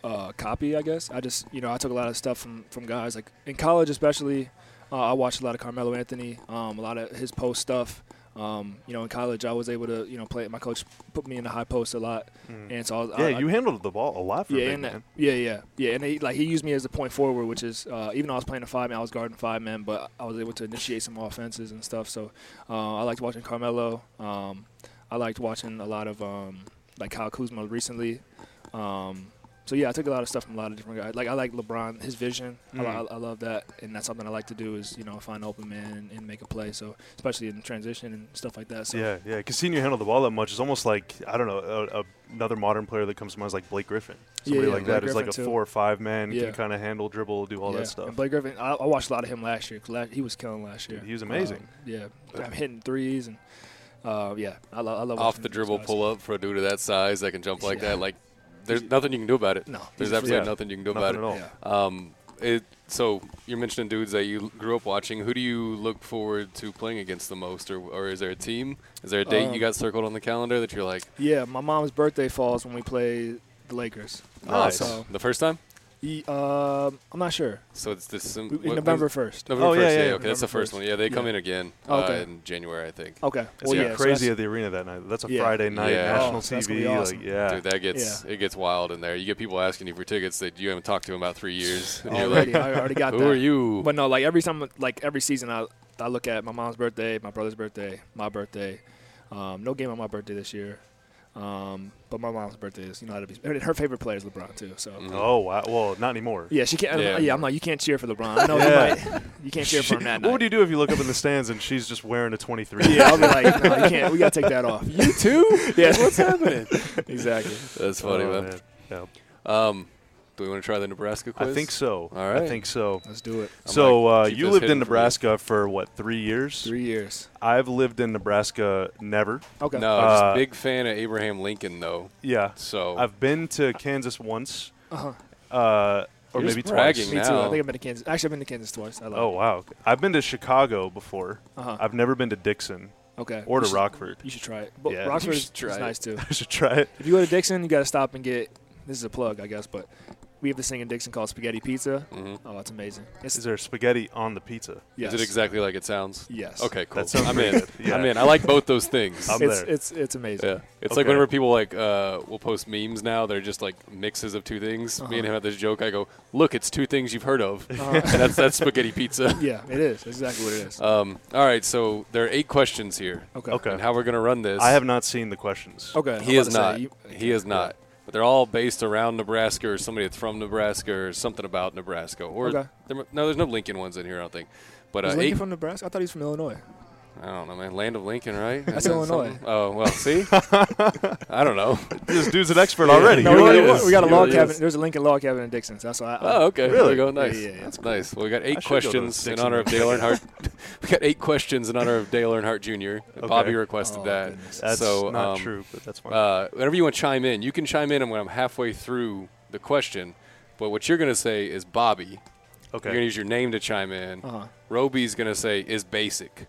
S2: uh, copy. I guess I just you know I took a lot of stuff from from guys like in college especially. Uh, I watched a lot of Carmelo Anthony, um, a lot of his post stuff. Um, you know, in college, I was able to you know play. My coach put me in the high post a lot,
S3: Mm.
S2: and so I was,
S3: Yeah,
S2: I,
S3: you handled the ball a lot for
S2: yeah,
S3: a big
S2: and that-
S3: man.
S2: yeah, yeah, yeah, and he, like he used me as a point forward, which is uh, even though I was playing a five man, I was guarding five men, but I was able to initiate some offenses and stuff. So uh, I liked watching Carmelo. Um, I liked watching a lot of um, like Kyle Kuzma recently. Um, so yeah, I took a lot of stuff from a lot of different guys. Like I like LeBron, his vision. I,
S3: Mhm.
S2: li- I love that, and that's something I like to do is you know find an open man and, and make a play. So especially in transition and stuff like that. So
S3: Yeah, yeah. Because seeing you handle the ball that much is almost like I don't know a, a, another modern player that comes to mind is like Blake Griffin.
S2: Yeah,
S3: Somebody
S2: yeah,
S3: like
S2: Blake
S3: that is like a
S2: Griffin, too.
S3: four or five man
S2: Yeah.
S3: can kind of handle, dribble, do all
S2: yeah.
S3: that stuff.
S2: And Blake Griffin, I, I watched a lot of him last year. 'cause la- he was killing last year.
S3: Dude, he was amazing.
S2: Um, yeah, I'm hitting threes and uh, yeah, I, lo- I love
S1: Off
S2: watching
S1: the
S2: those
S1: dribble
S2: guys.
S1: pull up for a dude of that size that can jump like
S2: Yeah.
S1: that. Like, there's nothing you can do about it.
S2: No,
S1: There's
S2: Yeah.
S1: absolutely nothing you can do about
S3: Nothing
S1: it.
S3: at all.
S2: Yeah.
S1: Um, it, so you're mentioning dudes that you grew up watching. Who do you look forward to playing against the most, or, or is there a team? Is there a date
S2: Um,
S1: you got circled on the calendar that you're like,
S2: Yeah, my mom's birthday falls when we play the Lakers. Uh,
S3: Nice.
S2: So
S1: "Oh, the first time?
S2: ye- um, I'm not sure.
S1: So it's this um,
S2: We- in November first.
S1: November
S3: Oh, yeah,
S1: first.
S3: yeah,
S1: yeah,
S3: yeah.
S1: okay, that's the
S2: November
S1: first
S2: 1st.
S1: one. Yeah, they come
S2: Yeah.
S1: in again
S2: Oh, okay.
S1: uh, in January, I think.
S2: Okay.
S3: It's
S2: Well,
S3: like
S2: yeah, so
S3: crazy
S2: that's-
S3: at the arena that night. That's a
S2: Yeah.
S3: Friday night
S1: Yeah.
S3: national
S2: Oh, so that's gonna be
S3: TV.
S2: awesome.
S3: Like, yeah,
S1: Dude, that gets it gets wild in there. You get people asking you for tickets that you haven't talked to in about three years. And you're
S2: already,
S1: like,
S2: I already got that.
S1: who are you?
S2: But no, like every time, like every season, I I look at my mom's birthday, my brother's birthday, my birthday. Um, no game on my birthday this year, um, but my mom's birthday is you know how to be. and Her favorite player is LeBron too, so.
S1: Mhm.
S3: oh wow. Well, not anymore.
S2: Yeah, she can't.
S1: Yeah.
S2: Yeah. I'm like, you can't cheer for LeBron. I know you might. You can't cheer for him that
S3: what
S2: night.
S3: would you do if you look up in the stands and she's just wearing a 23?
S2: yeah, I'll be like, no, you can't. We gotta take that off.
S1: You too?
S2: Yeah,
S1: What's happening?
S2: exactly.
S1: That's
S3: Oh,
S1: funny, man.
S3: man. Yeah.
S1: Um, do we want to try the Nebraska quiz?
S3: I think so.
S1: All right.
S3: I think so.
S2: Let's do it.
S3: so
S1: like,
S3: uh,
S1: keep
S3: you
S1: this
S3: lived in
S1: hidden for me.
S3: Nebraska for what three years?
S2: Three years.
S3: I've lived in Nebraska never.
S2: Okay.
S1: No, I'm just
S3: Uh,
S1: a big fan of Abraham Lincoln though.
S3: Yeah,
S1: So
S3: I've been to Kansas once,
S2: Uh-huh.
S3: uh, or
S1: You're just
S3: maybe
S1: bragging
S2: Me
S3: twice.
S1: now.
S2: too. I think I've been to Kansas. Actually, I've been to Kansas twice. I
S3: Oh
S2: love.
S3: wow, I've been to Chicago before.
S2: Uh-huh.
S3: I've never been to Dixon
S2: Oh. Okay.
S3: or
S2: You
S3: to
S2: should-
S3: Rockford.
S2: You should try it. But
S3: Yeah. You
S2: Rockford is
S1: should try
S2: is
S1: it.
S2: nice too.
S3: I should try it.
S2: If you go to Dixon, you gotta stop and get. This is a plug, I guess, but we have this thing in Dixon called spaghetti pizza.
S1: Mhm.
S2: Oh, it's amazing. It's,
S3: Is there spaghetti on the pizza?
S2: yes.
S1: Is it exactly like it sounds?
S2: Yes.
S1: Okay, cool.
S3: That sounds
S1: I'm
S3: pretty
S1: in.
S3: good. Yeah.
S1: I'm in. I like both those things.
S3: I'm
S2: It's
S3: there.
S2: it's it's amazing.
S1: Yeah, it's like
S3: Okay.
S1: whenever people like uh, will post memes now, they're just like mixes of two things. Me
S2: Uh-huh.
S1: and him had this joke. I go, "Look, it's two things you've heard of." and that's that's spaghetti pizza.
S2: Yeah, it is. That's exactly what it is.
S1: Um, all right, so there are eight questions here,
S2: okay.
S3: okay.
S1: and how we're gonna run this?
S3: I have not seen the questions.
S2: Okay. I'm
S1: He is
S2: about to say,
S1: not.
S2: you-
S1: he is not. But they're all based around Nebraska or somebody that's from Nebraska or something about Nebraska. Or
S2: Okay.
S1: there, no, there's no Lincoln ones in here. I don't think. But uh,
S2: Is
S1: eight,
S2: Lincoln from Nebraska? I thought he was from Illinois.
S1: I don't know, man. Land of Lincoln, right?
S2: That's
S1: Isn't that
S2: Illinois.
S1: something? Oh well, see, I don't know.
S3: This dude's an expert already.
S1: He
S2: No, we,
S1: really
S2: got,
S1: is.
S2: we got a
S1: He
S2: log
S1: really
S2: cabin.
S1: is.
S2: There's a Lincoln log cabin in Dixon. So that's why. I,
S1: Oh, okay. There
S3: Really?
S1: we go. Nice.
S2: Yeah, yeah, that's
S1: that's nice. Well, we got
S3: I
S1: eight
S3: should go to
S1: questions in
S3: Dixon
S1: honor of Dale Earnhardt. we got eight questions in honor of Dale Earnhardt Jr.
S3: Okay.
S1: Bobby requested
S2: Oh,
S1: that.
S2: goodness.
S3: That's
S1: so,
S3: not
S1: um,
S3: true, but that's fine.
S1: Uh, whenever you want to chime in, you can chime in when I'm halfway through the question. But what you're going to say is Bobby. You're going to
S3: okay.
S1: use your name to chime in.
S2: Uh-huh.
S1: Roby's going to say is basic.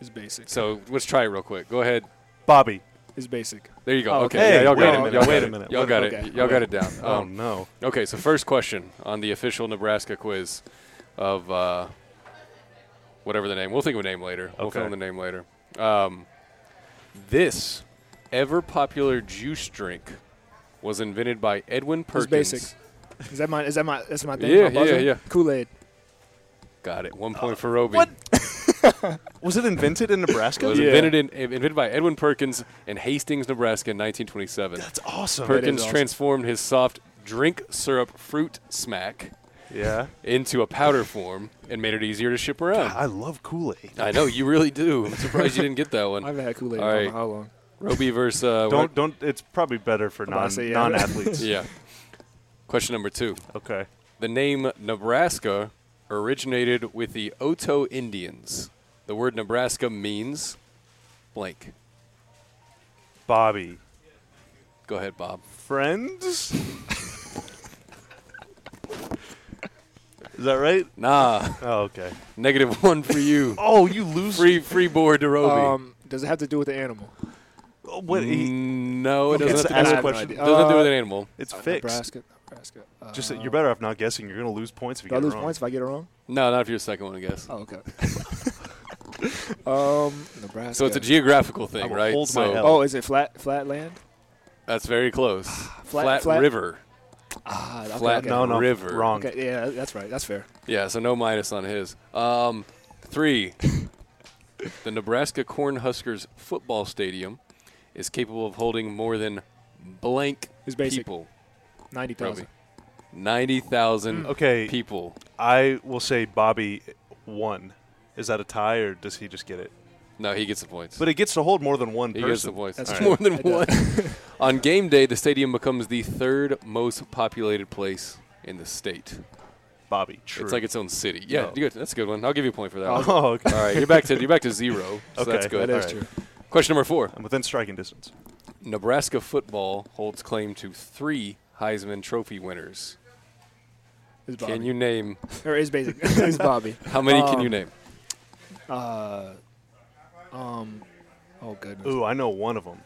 S2: It's basic.
S1: So let's try it real quick. Go ahead.
S3: Bobby.
S2: It's basic.
S1: There you go.
S3: Oh,
S1: okay.
S3: hey,
S1: Yeah, y'all
S3: wait
S1: got
S2: a
S1: it.
S2: minute,
S1: Y'all
S2: wait
S1: got
S2: a
S1: it.
S3: minute,
S1: Y'all
S3: wait a
S1: got it.
S2: minute.
S1: Y'all got it down.
S3: Oh,
S1: Um,
S3: no.
S1: Okay, so first question on the official Nebraska quiz of uh, whatever the name. We'll think of a name later. We'll
S3: Okay.
S1: film the name later. Um, this ever popular juice drink was invented by Edwin
S2: It's
S1: Perkins.
S2: basic. Is that my? Is that my? That's my thing.
S1: Yeah,
S2: my buzzer?
S1: yeah, yeah.
S2: Kool Aid.
S1: Got it. One point for Roby.
S3: What? Was it invented in
S1: It
S3: Nebraska?
S1: was
S2: Yeah.
S1: invented, in, invented by Edwin Perkins in Hastings, Nebraska in 1927.
S3: That's awesome.
S2: Perfect.
S1: Perkins
S2: awesome.
S1: transformed his soft drink syrup fruit smack
S3: Yeah.
S1: into a powder form and made it easier to ship around.
S3: I love Kool Aid.
S1: I know you really do. I'm surprised you didn't get that
S2: I
S1: one.
S2: haven't had Kool Aid in
S1: All
S2: I don't
S1: right.
S2: know how long.
S1: Roby versus uh,
S3: Don't don't. It's probably better for
S2: I'm about
S3: non
S2: to say, yeah.
S3: non athletes.
S1: yeah. Question number two.
S3: Okay.
S1: The name Nebraska originated with the Oto Indians. The word Nebraska means blank.
S3: Bobby.
S1: Go ahead, Bob.
S3: Friends. Is that right?
S1: Nah,
S3: Oh, okay.
S1: negative one for you.
S3: Oh, you lose.
S1: Free free board to Roby.
S2: Um, does it have to do with the animal?
S3: Oh, what? He,
S1: Mm, no, it
S3: Okay,
S1: doesn't,
S3: so
S1: have,
S3: ask
S1: to
S3: a
S1: do with-
S3: question.
S1: doesn't have to do with
S2: Uh,
S1: an animal.
S3: it's
S2: Uh,
S3: fixed.
S2: Nebraska. Nebraska. Uh,
S3: Just you're better off not guessing. You're gonna lose points if you
S2: Do I
S3: get it
S2: lose
S3: wrong.
S2: points if I get it wrong?
S1: No, not if you're the second one, I guess.
S2: Oh, okay. um, Nebraska.
S1: So it's a geographical
S3: I
S1: thing,
S3: will
S1: right?
S3: hold my
S1: so
S3: hell.
S2: Oh, is it flat flat land?
S1: that's very close.
S2: Flat-
S1: flat,
S2: flat-
S1: river.
S2: Ah, okay,
S1: Flat-
S2: okay.
S3: No, no,
S1: River.
S3: wrong.
S2: Okay, yeah, that's right. That's fair.
S1: Yeah, so no minus on his. Um, three, the Nebraska Cornhuskers football stadium is capable of holding more than blank
S2: It's basic.
S1: people.
S2: Ninety
S1: Roby.
S2: thousand. Mm.
S1: 90,000
S3: Mm. Okay.
S1: people.
S3: I will say Bobby won. Is that a tie or does he just get it?
S1: No, he gets the points.
S3: But it gets to hold more than one
S1: he
S3: person.
S1: gets the points.
S2: That's
S1: It's
S2: true.
S1: more than
S2: It does.
S1: one. on game day, the stadium becomes the third most populated place in the state.
S3: Bobby. True.
S1: It's like its own city. Yeah,
S3: No.
S1: good. That's a good one. I'll give you a point for that. one.
S3: oh, okay.
S1: All right, you're back to you're back to zero. So
S3: Okay,
S1: that's good.
S2: That is
S3: All
S2: true.
S3: right.
S1: Question number four.
S3: I'm within striking distance.
S1: Nebraska football holds claim to three Heisman Trophy winners.
S2: It's Bobby.
S1: Can you name
S2: Or it's basic. it's Bobby.
S1: how many? can
S2: Um,
S1: you name?
S2: Uh, um, oh goodness.
S3: Ooh, I know one of them.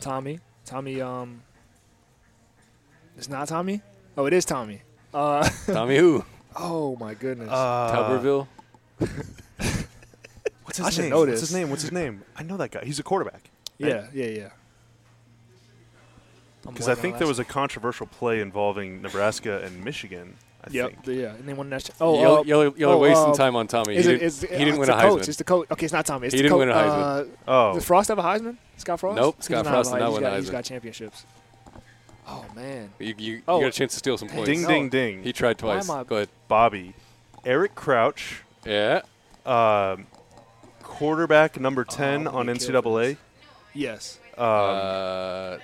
S2: Tommy. Tommy. Um, it's not Tommy. Oh, it is Tommy. Uh,
S1: Tommy who?
S2: oh my goodness.
S3: Uh,
S1: Tuberville.
S3: What's his
S2: I should
S3: name?
S2: know
S3: What's
S2: this.
S3: his name? What's his name? I know that guy. He's a quarterback.
S2: yeah, yeah, yeah. I'm
S3: Because I
S2: blanking on
S3: think
S2: last
S3: there was a controversial play involving Nebraska and Michigan. I
S2: Yep.
S3: think.
S2: the- Yeah. And they won that. Oh,
S1: y'all,
S2: uh,
S1: y'all, y'all are
S2: oh,
S1: wasting
S2: uh,
S1: time on Tommy.
S2: is
S1: he
S2: it-
S1: didn't,
S2: is-
S1: he
S2: uh,
S1: didn't
S2: it's
S1: win
S2: the
S1: a
S2: coach.
S1: Heisman.
S2: It's the coach. Okay, it's not Tommy. It's
S1: He
S2: the
S1: didn't
S2: co-
S1: win a Heisman.
S2: Uh,
S3: Oh,
S2: Did Frost have a Heisman? Scott Frost?
S1: Nope,
S2: He
S1: Scott
S2: doesn't have
S1: Frost
S2: a
S1: did not
S2: Heisman. He's
S1: win
S2: got-
S1: a
S2: He's
S1: Heisman.
S2: got championships. Oh man.
S1: you you,
S2: Oh.
S1: you got a chance to steal some points.
S3: ding,
S2: No.
S3: ding, ding.
S1: He tried twice.
S2: Why am I-
S1: Go ahead.
S3: Bobby, Eric Crouch,
S1: Yeah.
S3: um, quarterback number ten
S2: Oh, I'm
S3: on
S2: gonna kill
S3: NCAA.
S2: Yes.
S3: Um,
S1: uh,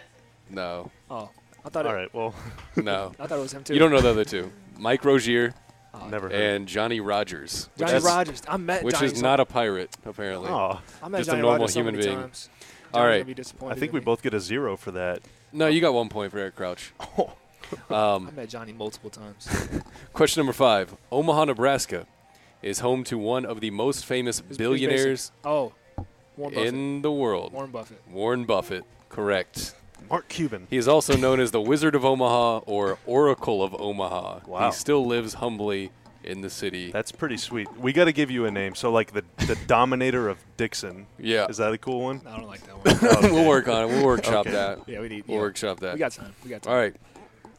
S1: no,
S2: Oh, I thought.
S3: all
S2: it,
S3: right. Well,
S1: no.
S2: I thought it was him too.
S1: you don't know the other two. Mike Rozier
S2: Oh,
S3: never heard.
S1: and Johnny Rogers. which
S2: Johnny
S1: is-
S2: Rogers. I met
S1: Which
S2: Johnny
S1: is not a pirate, apparently.
S3: Oh,
S2: I met
S1: just a
S2: Johnny
S1: normal
S2: Rogers so
S1: human
S2: many
S1: being.
S2: Times.
S1: All
S2: Johnny's
S1: right.
S2: gonna be disappointed
S3: I think
S2: in
S3: we
S2: me.
S3: both get a zero for that.
S1: No, you got one point for Eric Crouch.
S2: I met Johnny multiple times.
S1: Question number five Omaha, Nebraska is home to one of the most famous
S2: It's
S1: billionaires
S2: basic. Oh, Warren Buffett.
S1: in the world.
S2: Warren Buffett.
S1: Warren Buffett, correct.
S3: Mark Cuban.
S1: He is also known as the Wizard of Omaha or Oracle of Omaha.
S3: Wow.
S1: He still lives humbly in the city.
S3: That's pretty sweet. We got to give you a name. So, like the the Dominator of Dixon.
S1: Yeah.
S3: Is that a cool one?
S2: No, I don't like that one.
S1: we'll work on it. We'll workshop
S3: Okay.
S1: that.
S2: yeah, we need.
S1: We'll
S2: yeah.
S1: workshop that.
S2: We got time. We got time.
S1: All right.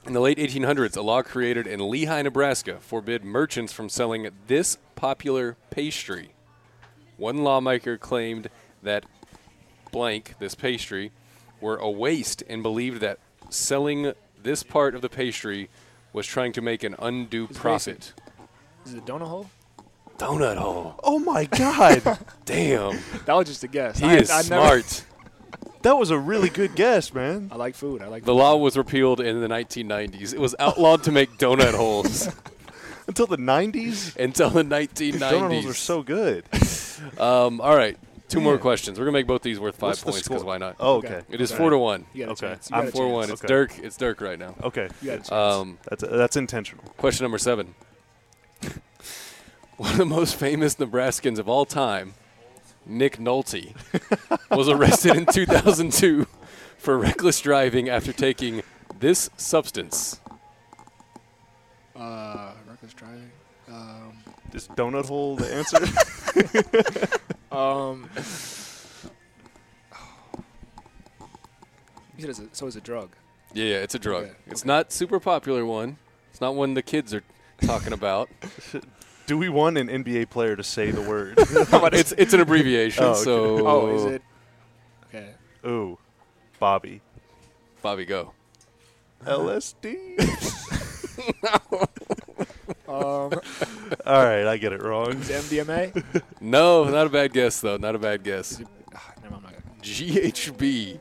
S1: In the late 1800s, a law created in Lehigh, Nebraska, forbid merchants from selling this popular pastry. One lawmaker claimed that blank, this pastry, were a waste and believed that selling this part of the pastry was trying to make an undue
S2: It's
S1: profit.
S2: Is it donut hole?
S1: donut hole.
S3: Oh my god,
S1: Damn,
S2: That was just a guess.
S1: he
S2: I,
S1: is
S2: I never-
S1: smart.
S3: that was a really good guess, man.
S2: I like food. I like
S1: The law was repealed in the 1990s. It was outlawed to make donut holes
S3: Until the '90s,
S1: until the
S3: donut holes are
S1: 1990s.
S3: so good.
S1: Um, all right, two more
S3: Man.
S1: questions. We're gonna make both these worth five
S3: What's the
S1: points because
S3: score?
S1: why not?
S3: Oh,
S2: Okay.
S3: okay,
S1: It is
S2: Okay.
S1: four to one.
S2: You got a
S3: Okay.
S2: chance. You
S1: I'm
S2: got a
S1: four
S2: chance.
S1: one. It's
S3: Okay. Oh,
S1: Dirk. It's Dirk right now.
S3: okay.
S2: You got a chance.
S1: Um,
S3: That's that's intentional.
S1: Question number seven. One of the most famous Nebraskans of all time, Nick Nolte, was arrested in 2002 for reckless driving after taking this substance.
S2: uh, reckless driving. Um,
S3: Is donut hole the answer?
S2: um, you said it's a, so it's a drug.
S1: Yeah, yeah, it's a drug.
S2: Okay.
S1: It's not super popular one. It's not one the kids are talking about.
S3: Do we want an NBA player to say the word?
S1: it's it's an abbreviation.
S3: Oh, okay.
S1: So
S2: Oh, is it? Okay.
S3: Ooh, Bobby.
S1: Bobby go. Uh-huh.
S3: LSD. All
S2: Um,
S3: right, I get it wrong.
S2: is it MDMA?
S1: No, not a bad guess though. Not a bad guess.
S2: Ah, Never mind. I'm not gonna-
S1: GHB,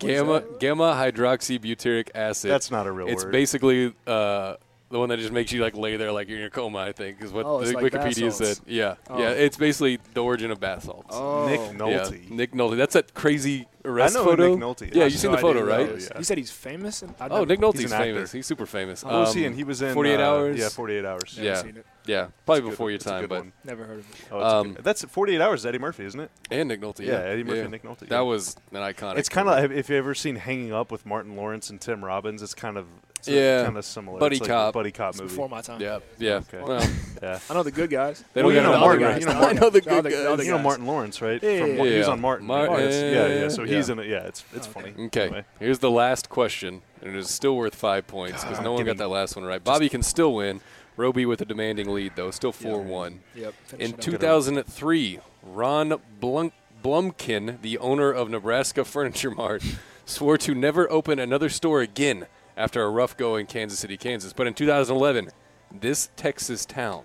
S1: gamma gamma hydroxybutyric acid.
S3: That's not a real
S1: it's
S3: word.
S1: basically uh, the one that just makes you like lay there like you're in a coma. I think is what
S2: Oh, it's
S1: the
S2: like bath
S1: Wikipedia
S2: salts.
S1: said. Yeah,
S2: Oh.
S1: yeah. It's basically the origin of bath salts.
S2: Oh.
S3: Nick
S1: Yeah,
S3: Nolte.
S1: Nick Nolte. That's that crazy arrest
S3: know who
S1: photo.
S3: Nick Nolte is.
S1: Yeah,
S3: I
S1: you've
S3: have
S1: seen
S2: no
S1: the photo,
S2: idea who
S1: right?
S2: that is.
S3: Yeah.
S2: You said he's famous. And I
S1: Oh,
S2: never-
S1: Nick Nolte's
S3: an actor.
S1: famous. He's super famous.
S3: What was he
S1: Um,
S3: in? He was in
S1: 48
S3: uh,
S1: hours.
S3: Yeah, 48 hours.
S2: Never
S1: yeah.
S2: seen it.
S1: Yeah,
S3: That's a
S1: probably
S3: good-
S1: before your
S3: that's a
S1: time,
S3: good
S1: but
S3: one.
S2: Never heard of it.
S3: Oh, that's a
S1: Um,
S3: good- that's 48 hours. is Eddie Murphy, isn't it?
S1: and Nick Nolte.
S3: Yeah, Eddie Murphy
S1: yeah.
S3: and Nick Nolte.
S1: That was an iconic.
S3: It's kind
S1: one.
S3: of if you ever seen Hanging Up with Martin Lawrence and Tim Robbins, it's kind of it's
S1: Yeah.
S3: kind of similar.
S1: Buddy
S3: it's like
S1: cop.
S3: a buddy cop
S2: It's
S3: movie.
S2: before my time.
S1: Yeah, yeah.
S3: Okay.
S1: Well,
S3: yeah.
S2: I know the good guys.
S1: They don't
S3: Well,
S1: got
S3: you know
S1: another
S3: Martin,
S1: guy.
S3: right? You know
S1: I
S3: Martin.
S1: know the
S2: The
S1: good
S2: other- the other
S1: guys.
S3: You know
S2: guys.
S3: Martin Lawrence, right?
S2: Yeah,
S3: From,
S2: yeah,
S3: He was
S1: yeah.
S3: on Martin.
S1: Mar-
S3: Lawrence. yeah, yeah. So
S1: yeah.
S3: he's in it. Yeah, it's it's funny.
S1: Okay.
S3: Anyway.
S1: Here's the last question, and it is still worth five points because no one
S3: give
S1: got
S3: me-
S1: that last one right. Bobby can still win. Roby with a demanding lead, though, still 4 1.
S2: Yep. finish
S1: In
S2: it up.
S1: 2003, Ron Blunk- Blumkin, the owner of Nebraska Furniture Mart, swore to never open another store again after a rough go in Kansas City, Kansas. But in 2011, this Texas town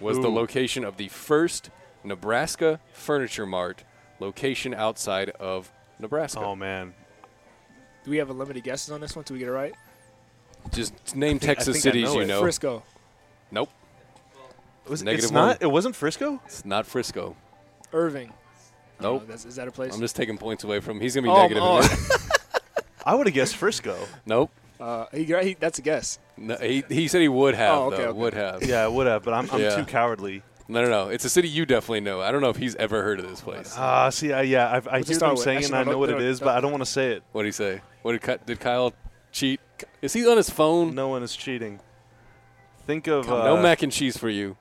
S1: was the
S3: Ooh.
S1: location of the first Nebraska Furniture Mart location outside of Nebraska.
S3: Oh man,
S2: Do we have a limited guesses on this one? Do we get it right?
S1: Just name
S3: think- I
S1: Texas
S3: think I
S1: cities
S3: know
S1: you
S3: it.
S1: know.
S2: Frisco.
S1: Nope,
S3: was it,
S1: Negative
S3: it's
S1: one.
S3: not. It wasn't Frisco.
S1: it's not Frisco.
S2: Irving. I don't
S1: Nope.
S2: know, that's- Is that a place?
S1: I'm just taking points away from. He's gonna be
S2: Oh,
S1: negative. in
S2: oh.
S1: it.
S3: I would have guessed Frisco.
S1: nope.
S2: Uh, he, he, that's a guess.
S1: No, he, he said he would have
S2: Oh, okay,
S1: though.
S2: okay.
S1: Would have.
S3: yeah, I would have, but I'm, I'm
S1: Yeah.
S3: too cowardly.
S1: No, no, no. It's a city you definitely know. I don't know if he's ever heard of this place.
S3: Ah, see, I, yeah, I've, I
S2: What's it
S3: hear
S2: start
S3: them
S2: with?
S3: saying,
S2: Actually,
S3: and
S2: no,
S3: I know
S2: don't-
S3: what it
S2: don't-
S3: is, but I don't want to say it.
S1: What did he say? What did Ky- did Kyle cheat? Is he on his phone?
S3: No one is cheating. Think of uh,
S1: No mac and cheese for you.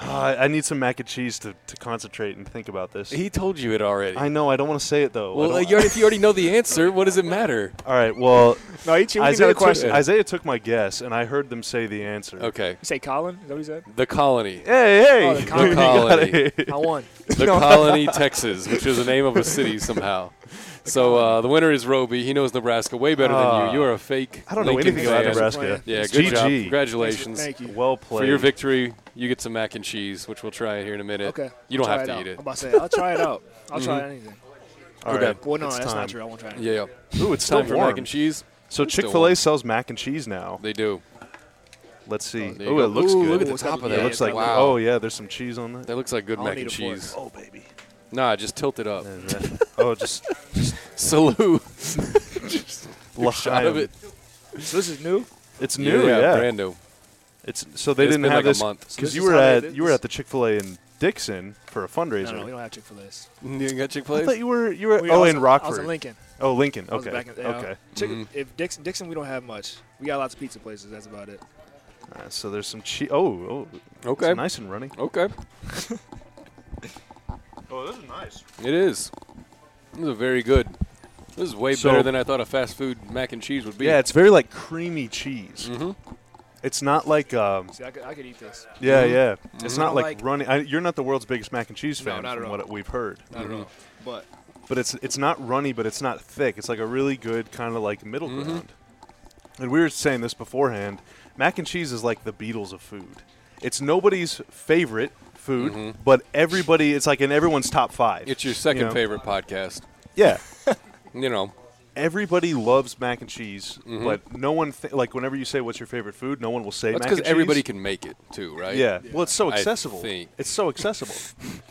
S3: ah, I need some mac and cheese to, to concentrate and think about this.
S1: He told you it already.
S3: I know. I don't want to say it though. I
S1: well, uh,
S3: don't-
S1: like, you already, if you already know the answer, what does it matter?
S3: all right. Well,
S2: No, he cheated.
S3: Isaiah
S2: Another
S3: took,
S2: question. You
S3: Isaiah took my guess, and I heard them say the answer.
S1: Okay,
S2: say Colin? Is that what he said?
S1: the colony,
S3: Hey, hey!
S2: Oh, the
S3: You
S2: colony.
S3: got it.
S2: I won.
S1: the colony, Texas, which is the name of a city somehow. So uh, the winner is Roby. He knows Nebraska way better than
S3: Ah.
S1: you. You are a fake.
S3: I don't know
S1: Lincoln
S3: anything about
S1: fan.
S3: Nebraska.
S1: Yeah,
S3: It's
S1: good job.
S3: GG.
S1: Congratulations.
S2: Thank you.
S3: Well played.
S1: For your victory, you get some mac and cheese, which we'll try here in a minute.
S2: Okay.
S1: You don't
S2: Try
S1: have to
S2: out.
S1: eat it.
S2: I'm about to say, I'll try it out. I'll try anything.
S3: All
S1: Okay.
S3: right.
S2: Well, no,
S3: it's
S2: that's
S3: time.
S2: not true. I won't try anything.
S1: Yeah, yeah.
S3: Ooh, it's still
S1: Time for
S3: warm.
S1: mac and cheese.
S3: So
S1: It's still
S3: Chick Fil A
S1: warm.
S3: sells mac and cheese now.
S1: They do.
S3: Let's see.
S1: There you
S3: Oh,
S1: go.
S3: it looks
S1: Ooh,
S3: good.
S1: Look at the
S2: Ooh, it's
S1: top of
S2: got-
S1: that.
S2: yeah,
S3: it looks
S2: it's
S3: like.
S2: got-
S1: wow.
S3: Oh yeah, there's some cheese on that.
S1: That looks like good
S2: I'll
S1: mac
S2: need
S1: and
S2: a fork.
S1: cheese.
S3: Oh baby.
S1: Nah, just tilt it up.
S3: oh, just
S1: Salute. Shot of
S3: L'chaim.
S1: it.
S2: So this is new.
S3: It's new. Yeah.
S1: brand new.
S3: It's so they
S1: It's
S3: didn't
S1: been
S3: have
S1: like a
S3: this
S1: month.
S2: So
S3: because
S2: this
S3: you
S2: is
S3: were
S2: how they
S3: at
S2: did
S3: you were
S2: this?
S3: at the Chick Fil A in Dixon for a
S2: No,
S3: fundraiser.
S2: no, we don't have Chick Fil A's.
S1: You got Chick
S3: I
S1: Fil
S3: thought
S1: A?
S3: you were you were
S2: We- I
S3: oh
S2: was-
S3: in
S2: I was in
S3: Rockford.
S2: Lincoln.
S3: Oh Lincoln.
S2: I was
S3: Okay.
S2: back in, yeah.
S3: Okay.
S2: Chick-
S1: Mm-hmm.
S2: If Dixon, Dixon, we don't have much. We got lots of pizza places. That's about it.
S3: Uh, so there's some cheese. Oh, oh.
S1: Okay.
S3: It's nice and runny.
S1: Okay.
S3: Oh, this is nice.
S1: It is. This is very good. This is way
S3: So-
S1: better than I thought a fast food mac and cheese would be.
S3: Yeah, it's very like creamy cheese.
S1: Mhm.
S3: It's not like um,
S2: See, I could, I could eat this.
S3: yeah, yeah. It's
S2: I
S3: not like,
S2: like-
S3: runny. I, you're not the world's biggest mac and cheese
S2: No,
S3: fan,
S2: not at
S3: from
S2: all.
S3: what we've heard.
S2: Not at all. But
S3: But it's it's not runny, but it's not thick. It's like a really good kind of like middle
S1: Mm-hmm.
S3: ground. And we were saying this beforehand. Mac and cheese is like the Beatles of food. it's nobody's favorite food, but everybody it's like in everyone's top five.
S1: Mm-hmm. It's your second
S3: you know?
S1: favorite podcast.
S3: Yeah,
S1: You know,
S3: everybody loves mac and cheese,
S1: Mm-hmm.
S3: but no one th- like whenever you say what's your favorite food, no one will say
S1: that's
S3: mac
S1: because
S3: and
S1: everybody
S3: cheese.
S1: can make it too, right?
S3: Yeah. well, it's so
S1: I
S3: accessible.
S1: think.
S3: It's so accessible.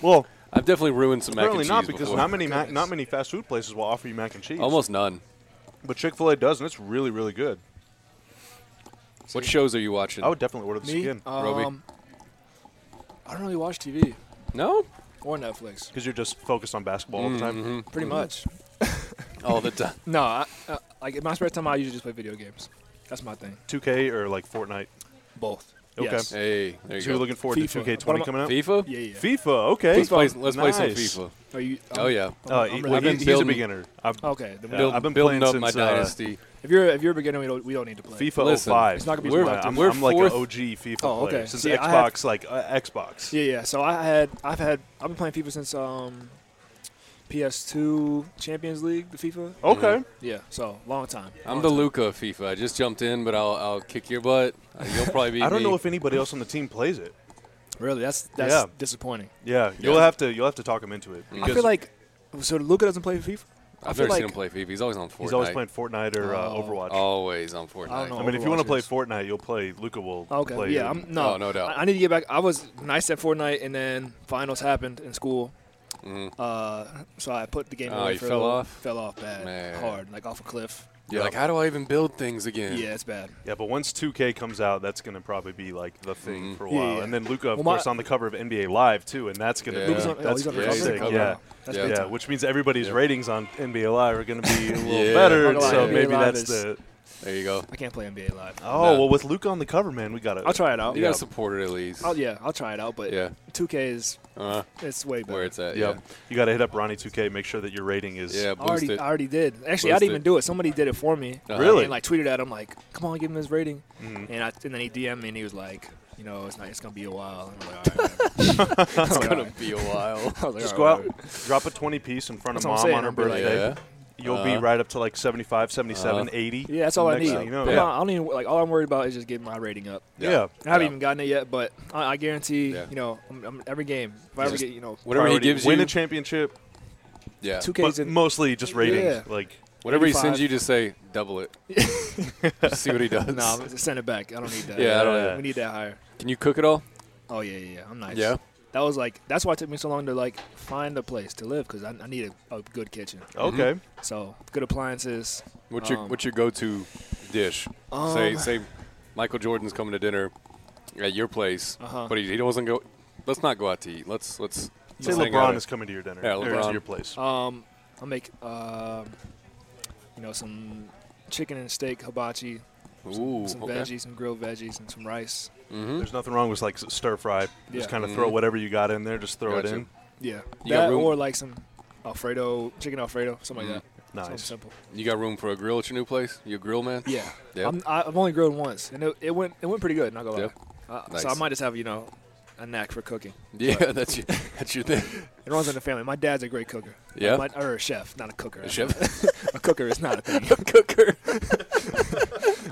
S3: well,
S1: I've definitely ruined some mac and
S3: apparently
S1: cheese
S3: not because
S1: before.
S3: not many mac,
S2: Goodness.
S3: not many fast food places will offer you mac and cheese.
S1: Almost none.
S3: but Chick Fil A does, and it's really really good.
S1: What shows are you watching?
S3: I would definitely order the
S2: Me,
S3: skin
S1: Roby.
S2: um, I don't really watch TV
S1: no,
S2: or Netflix.
S3: because you're just focused on basketball all the time.
S1: Mm-hmm.
S2: Pretty much.
S1: all the time.
S2: No, I, uh, like in my spare time, I usually just play video games. That's my thing.
S3: 2K or like Fortnite.
S2: Both.
S3: Okay.
S2: Yes.
S1: Hey, there you
S3: So you're
S1: go.
S3: looking forward
S2: FIFA.
S3: to 2K20
S2: What am I-
S3: coming out.
S1: FIFA.
S2: Yeah, yeah.
S3: FIFA. Okay.
S1: Let's, play, let's play some
S3: Nice.
S1: FIFA.
S2: Are you?
S1: Oh yeah.
S3: Uh,
S2: I'm
S3: he-
S2: ready. Oh,
S3: well,
S1: I've been
S3: he's
S1: building-
S3: a beginner. I've,
S2: Okay. Then we-
S3: Yeah.
S1: Build-
S3: I've been
S1: building
S3: playing
S1: up my
S3: since, uh,
S1: dynasty.
S2: If you're if you're a beginner, we don't we don't need to play.
S3: FIFA
S1: Listen,
S3: 05.
S2: it's not gonna be
S1: we're-
S3: I'm,
S1: we're
S3: I'm like
S1: fourth-
S3: an OG FIFA
S2: Oh, okay.
S3: player since
S2: See, I have-
S3: Xbox, like uh, Xbox.
S2: Yeah, yeah. So I had I've had I've been playing FIFA since um, PS2 Champions League, the FIFA.
S3: Okay.
S2: Yeah. So long time.
S1: I'm
S2: Long
S1: the
S2: time.
S1: Luca of FIFA. I just jumped in, but I'll I'll kick your butt. Uh, You'll probably be.
S3: I don't know if anybody else on the team plays it.
S2: Really, that's that's
S3: Yeah.
S2: disappointing.
S3: Yeah, you'll
S1: Yeah.
S3: have to you'll have to talk him into it.
S2: I feel like so Luca doesn't play FIFA. I
S1: I've
S2: feel
S1: never
S2: like
S1: seen him play FIFA. He's always on Fortnite.
S3: he's always playing Fortnite or uh,
S2: Oh.
S3: Overwatch.
S1: Always on Fortnite.
S2: I don't
S3: I
S2: know.
S3: mean, if you want to
S2: Overwatch
S3: play
S2: is-
S3: Fortnite, you'll play Luca. Will
S2: Okay.
S3: play.
S2: yeah,
S3: you.
S2: I'm no.
S1: Oh, no doubt.
S2: I, I need to get back. I was nice at Fortnite, and then finals happened in school.
S1: Mm-hmm.
S2: Uh, so I put the game
S1: Oh,
S2: away.
S1: you
S2: for a
S1: fell
S2: little-
S1: off?
S2: Fell off bad,
S1: Man.
S2: hard, like off a cliff.
S1: You're like, how do I even build things again?
S2: Yeah, it's bad.
S3: yeah, but once 2K comes out, that's going to probably be like the thing
S1: Mm-hmm.
S3: for a
S2: Yeah,
S3: while.
S2: yeah.
S3: And then Luca, of
S2: Well, my-
S3: course, on the cover of NBA Live too, and that's going to
S1: Yeah.
S3: be
S2: Luka's on- oh,
S3: that's
S2: he's on the
S3: gonna
S1: cover?
S3: be
S1: Yeah,
S3: sick,
S1: he's on the
S3: yeah.
S2: cover. Oh, That's
S1: Yeah.
S2: big
S3: Yeah,
S2: time.
S3: which means everybody's
S1: Yep.
S3: ratings on NBA Live are going to be a little
S1: Yeah.
S3: better.
S2: Like,
S3: So
S1: NBA
S3: maybe
S2: Live
S3: that's
S2: is-
S3: the.
S1: There you go.
S2: I can't play NBA live.
S3: Oh
S1: No.
S3: well, with Luca on the cover, man, we got to.
S2: I'll try it out.
S1: You
S2: Oh, Yeah.
S1: gotta support it at least.
S2: I'll, Oh, yeah, I'll try it out. But
S1: Yeah.
S2: 2K is
S1: Uh,
S2: it's way better.
S1: where it's at.
S3: Yep. You got to hit up Ronnie 2K. Make sure that your rating is.
S1: Yeah. Yeah.
S2: I
S1: Boost
S2: already,
S1: it.
S2: I already did. Actually, I
S1: Boost
S2: didn't even
S1: it.
S2: do it. Somebody did it for me.
S1: Uh-huh. Mm-hmm.
S3: Really?
S2: And like tweeted at him like, "Come on, give him his rating." And I, and then he DM'd me and he was like, "You know, it's not. It's gonna be a while." And I'm like, "All right,
S1: It's
S2: Oh,
S1: gonna be a while.
S2: I was like,
S3: Just
S2: "All
S3: go
S2: right,
S3: out, drop a 20 piece in front
S2: That's
S3: of
S2: what I'm
S3: mom
S2: saying.
S3: on her
S2: I'll be like-
S3: birthday.
S1: yeah.
S3: You'll be
S1: Uh,
S3: right up to like 75, 77,
S1: uh,
S3: 80.
S2: Yeah, that's all I
S3: Next
S2: need.
S3: thing you know,
S2: I'm
S1: Yeah.
S2: not- I don't even like. All I'm worried about is just getting my rating up.
S3: yeah.
S1: Yeah.
S2: I haven't
S1: Yeah.
S2: even gotten it yet, but I, I guarantee,
S1: Yeah.
S2: you know, I'm, I'm, every game, if I ever
S1: just-
S2: get, you know,
S1: Whatever he
S3: Priority,
S1: gives
S3: win
S1: you,
S3: a championship,
S1: yeah.
S2: two Ks
S3: but
S2: in,
S3: mostly just ratings.
S2: Yeah.
S3: Like
S1: Whatever he sends
S2: 85.
S1: you, just say double it. Just see what he does.
S2: no, I'm- send it back. I don't need that.
S1: Yeah, I
S3: don't know.
S2: We need that higher.
S1: Can you cook it all?
S2: Oh yeah, yeah, yeah. I'm nice.
S1: Yeah.
S2: That was like that's why it took me so long to like find a place to live because I, I need a, a good kitchen.
S3: okay,
S2: So good appliances.
S1: What's your
S2: Um,
S1: What's your go-to dish? say
S2: um,
S1: Say Michael Jordan's coming to dinner at your place,
S2: Uh-huh.
S1: but he, he doesn't go. Let's not go out to eat. Let's let's.
S3: say
S1: let's hang
S3: LeBron
S1: out.
S3: is coming to your dinner
S1: Yeah,
S3: or
S1: LeBron.
S3: to your place.
S2: Um, I'll make um, you know, some chicken and steak hibachi,
S1: Ooh,
S2: some
S1: okay.
S2: veggies, some grilled veggies, and some rice.
S1: Mm-hmm.
S3: There's nothing wrong with like s- stir fry.
S2: Yeah. Mm-hmm.
S3: Just kind of throw whatever you got in there. Just throw it
S1: Gotcha.
S3: in.
S2: Yeah.
S1: You got
S2: that
S1: room- Mm-hmm.
S2: or like some Alfredo, chicken Alfredo, something like that. Something
S3: Nice.
S2: simple.
S1: You got room for a grill at your new place? You a grill man?
S2: Yeah.
S1: Yep.
S2: I'm, I- I've only grilled once, and it, it went it went pretty good. Not gonna
S1: Yep.
S2: lie. Uh,
S1: Nice.
S2: So I might just have you know a knack for cooking.
S1: Yeah, that's your, that's your thing.
S2: It runs in the family. My dad's a great cooker.
S1: Yeah?
S2: My, or a chef, not a cooker.
S1: A chef,
S2: a cooker is not a thing.
S1: a cooker.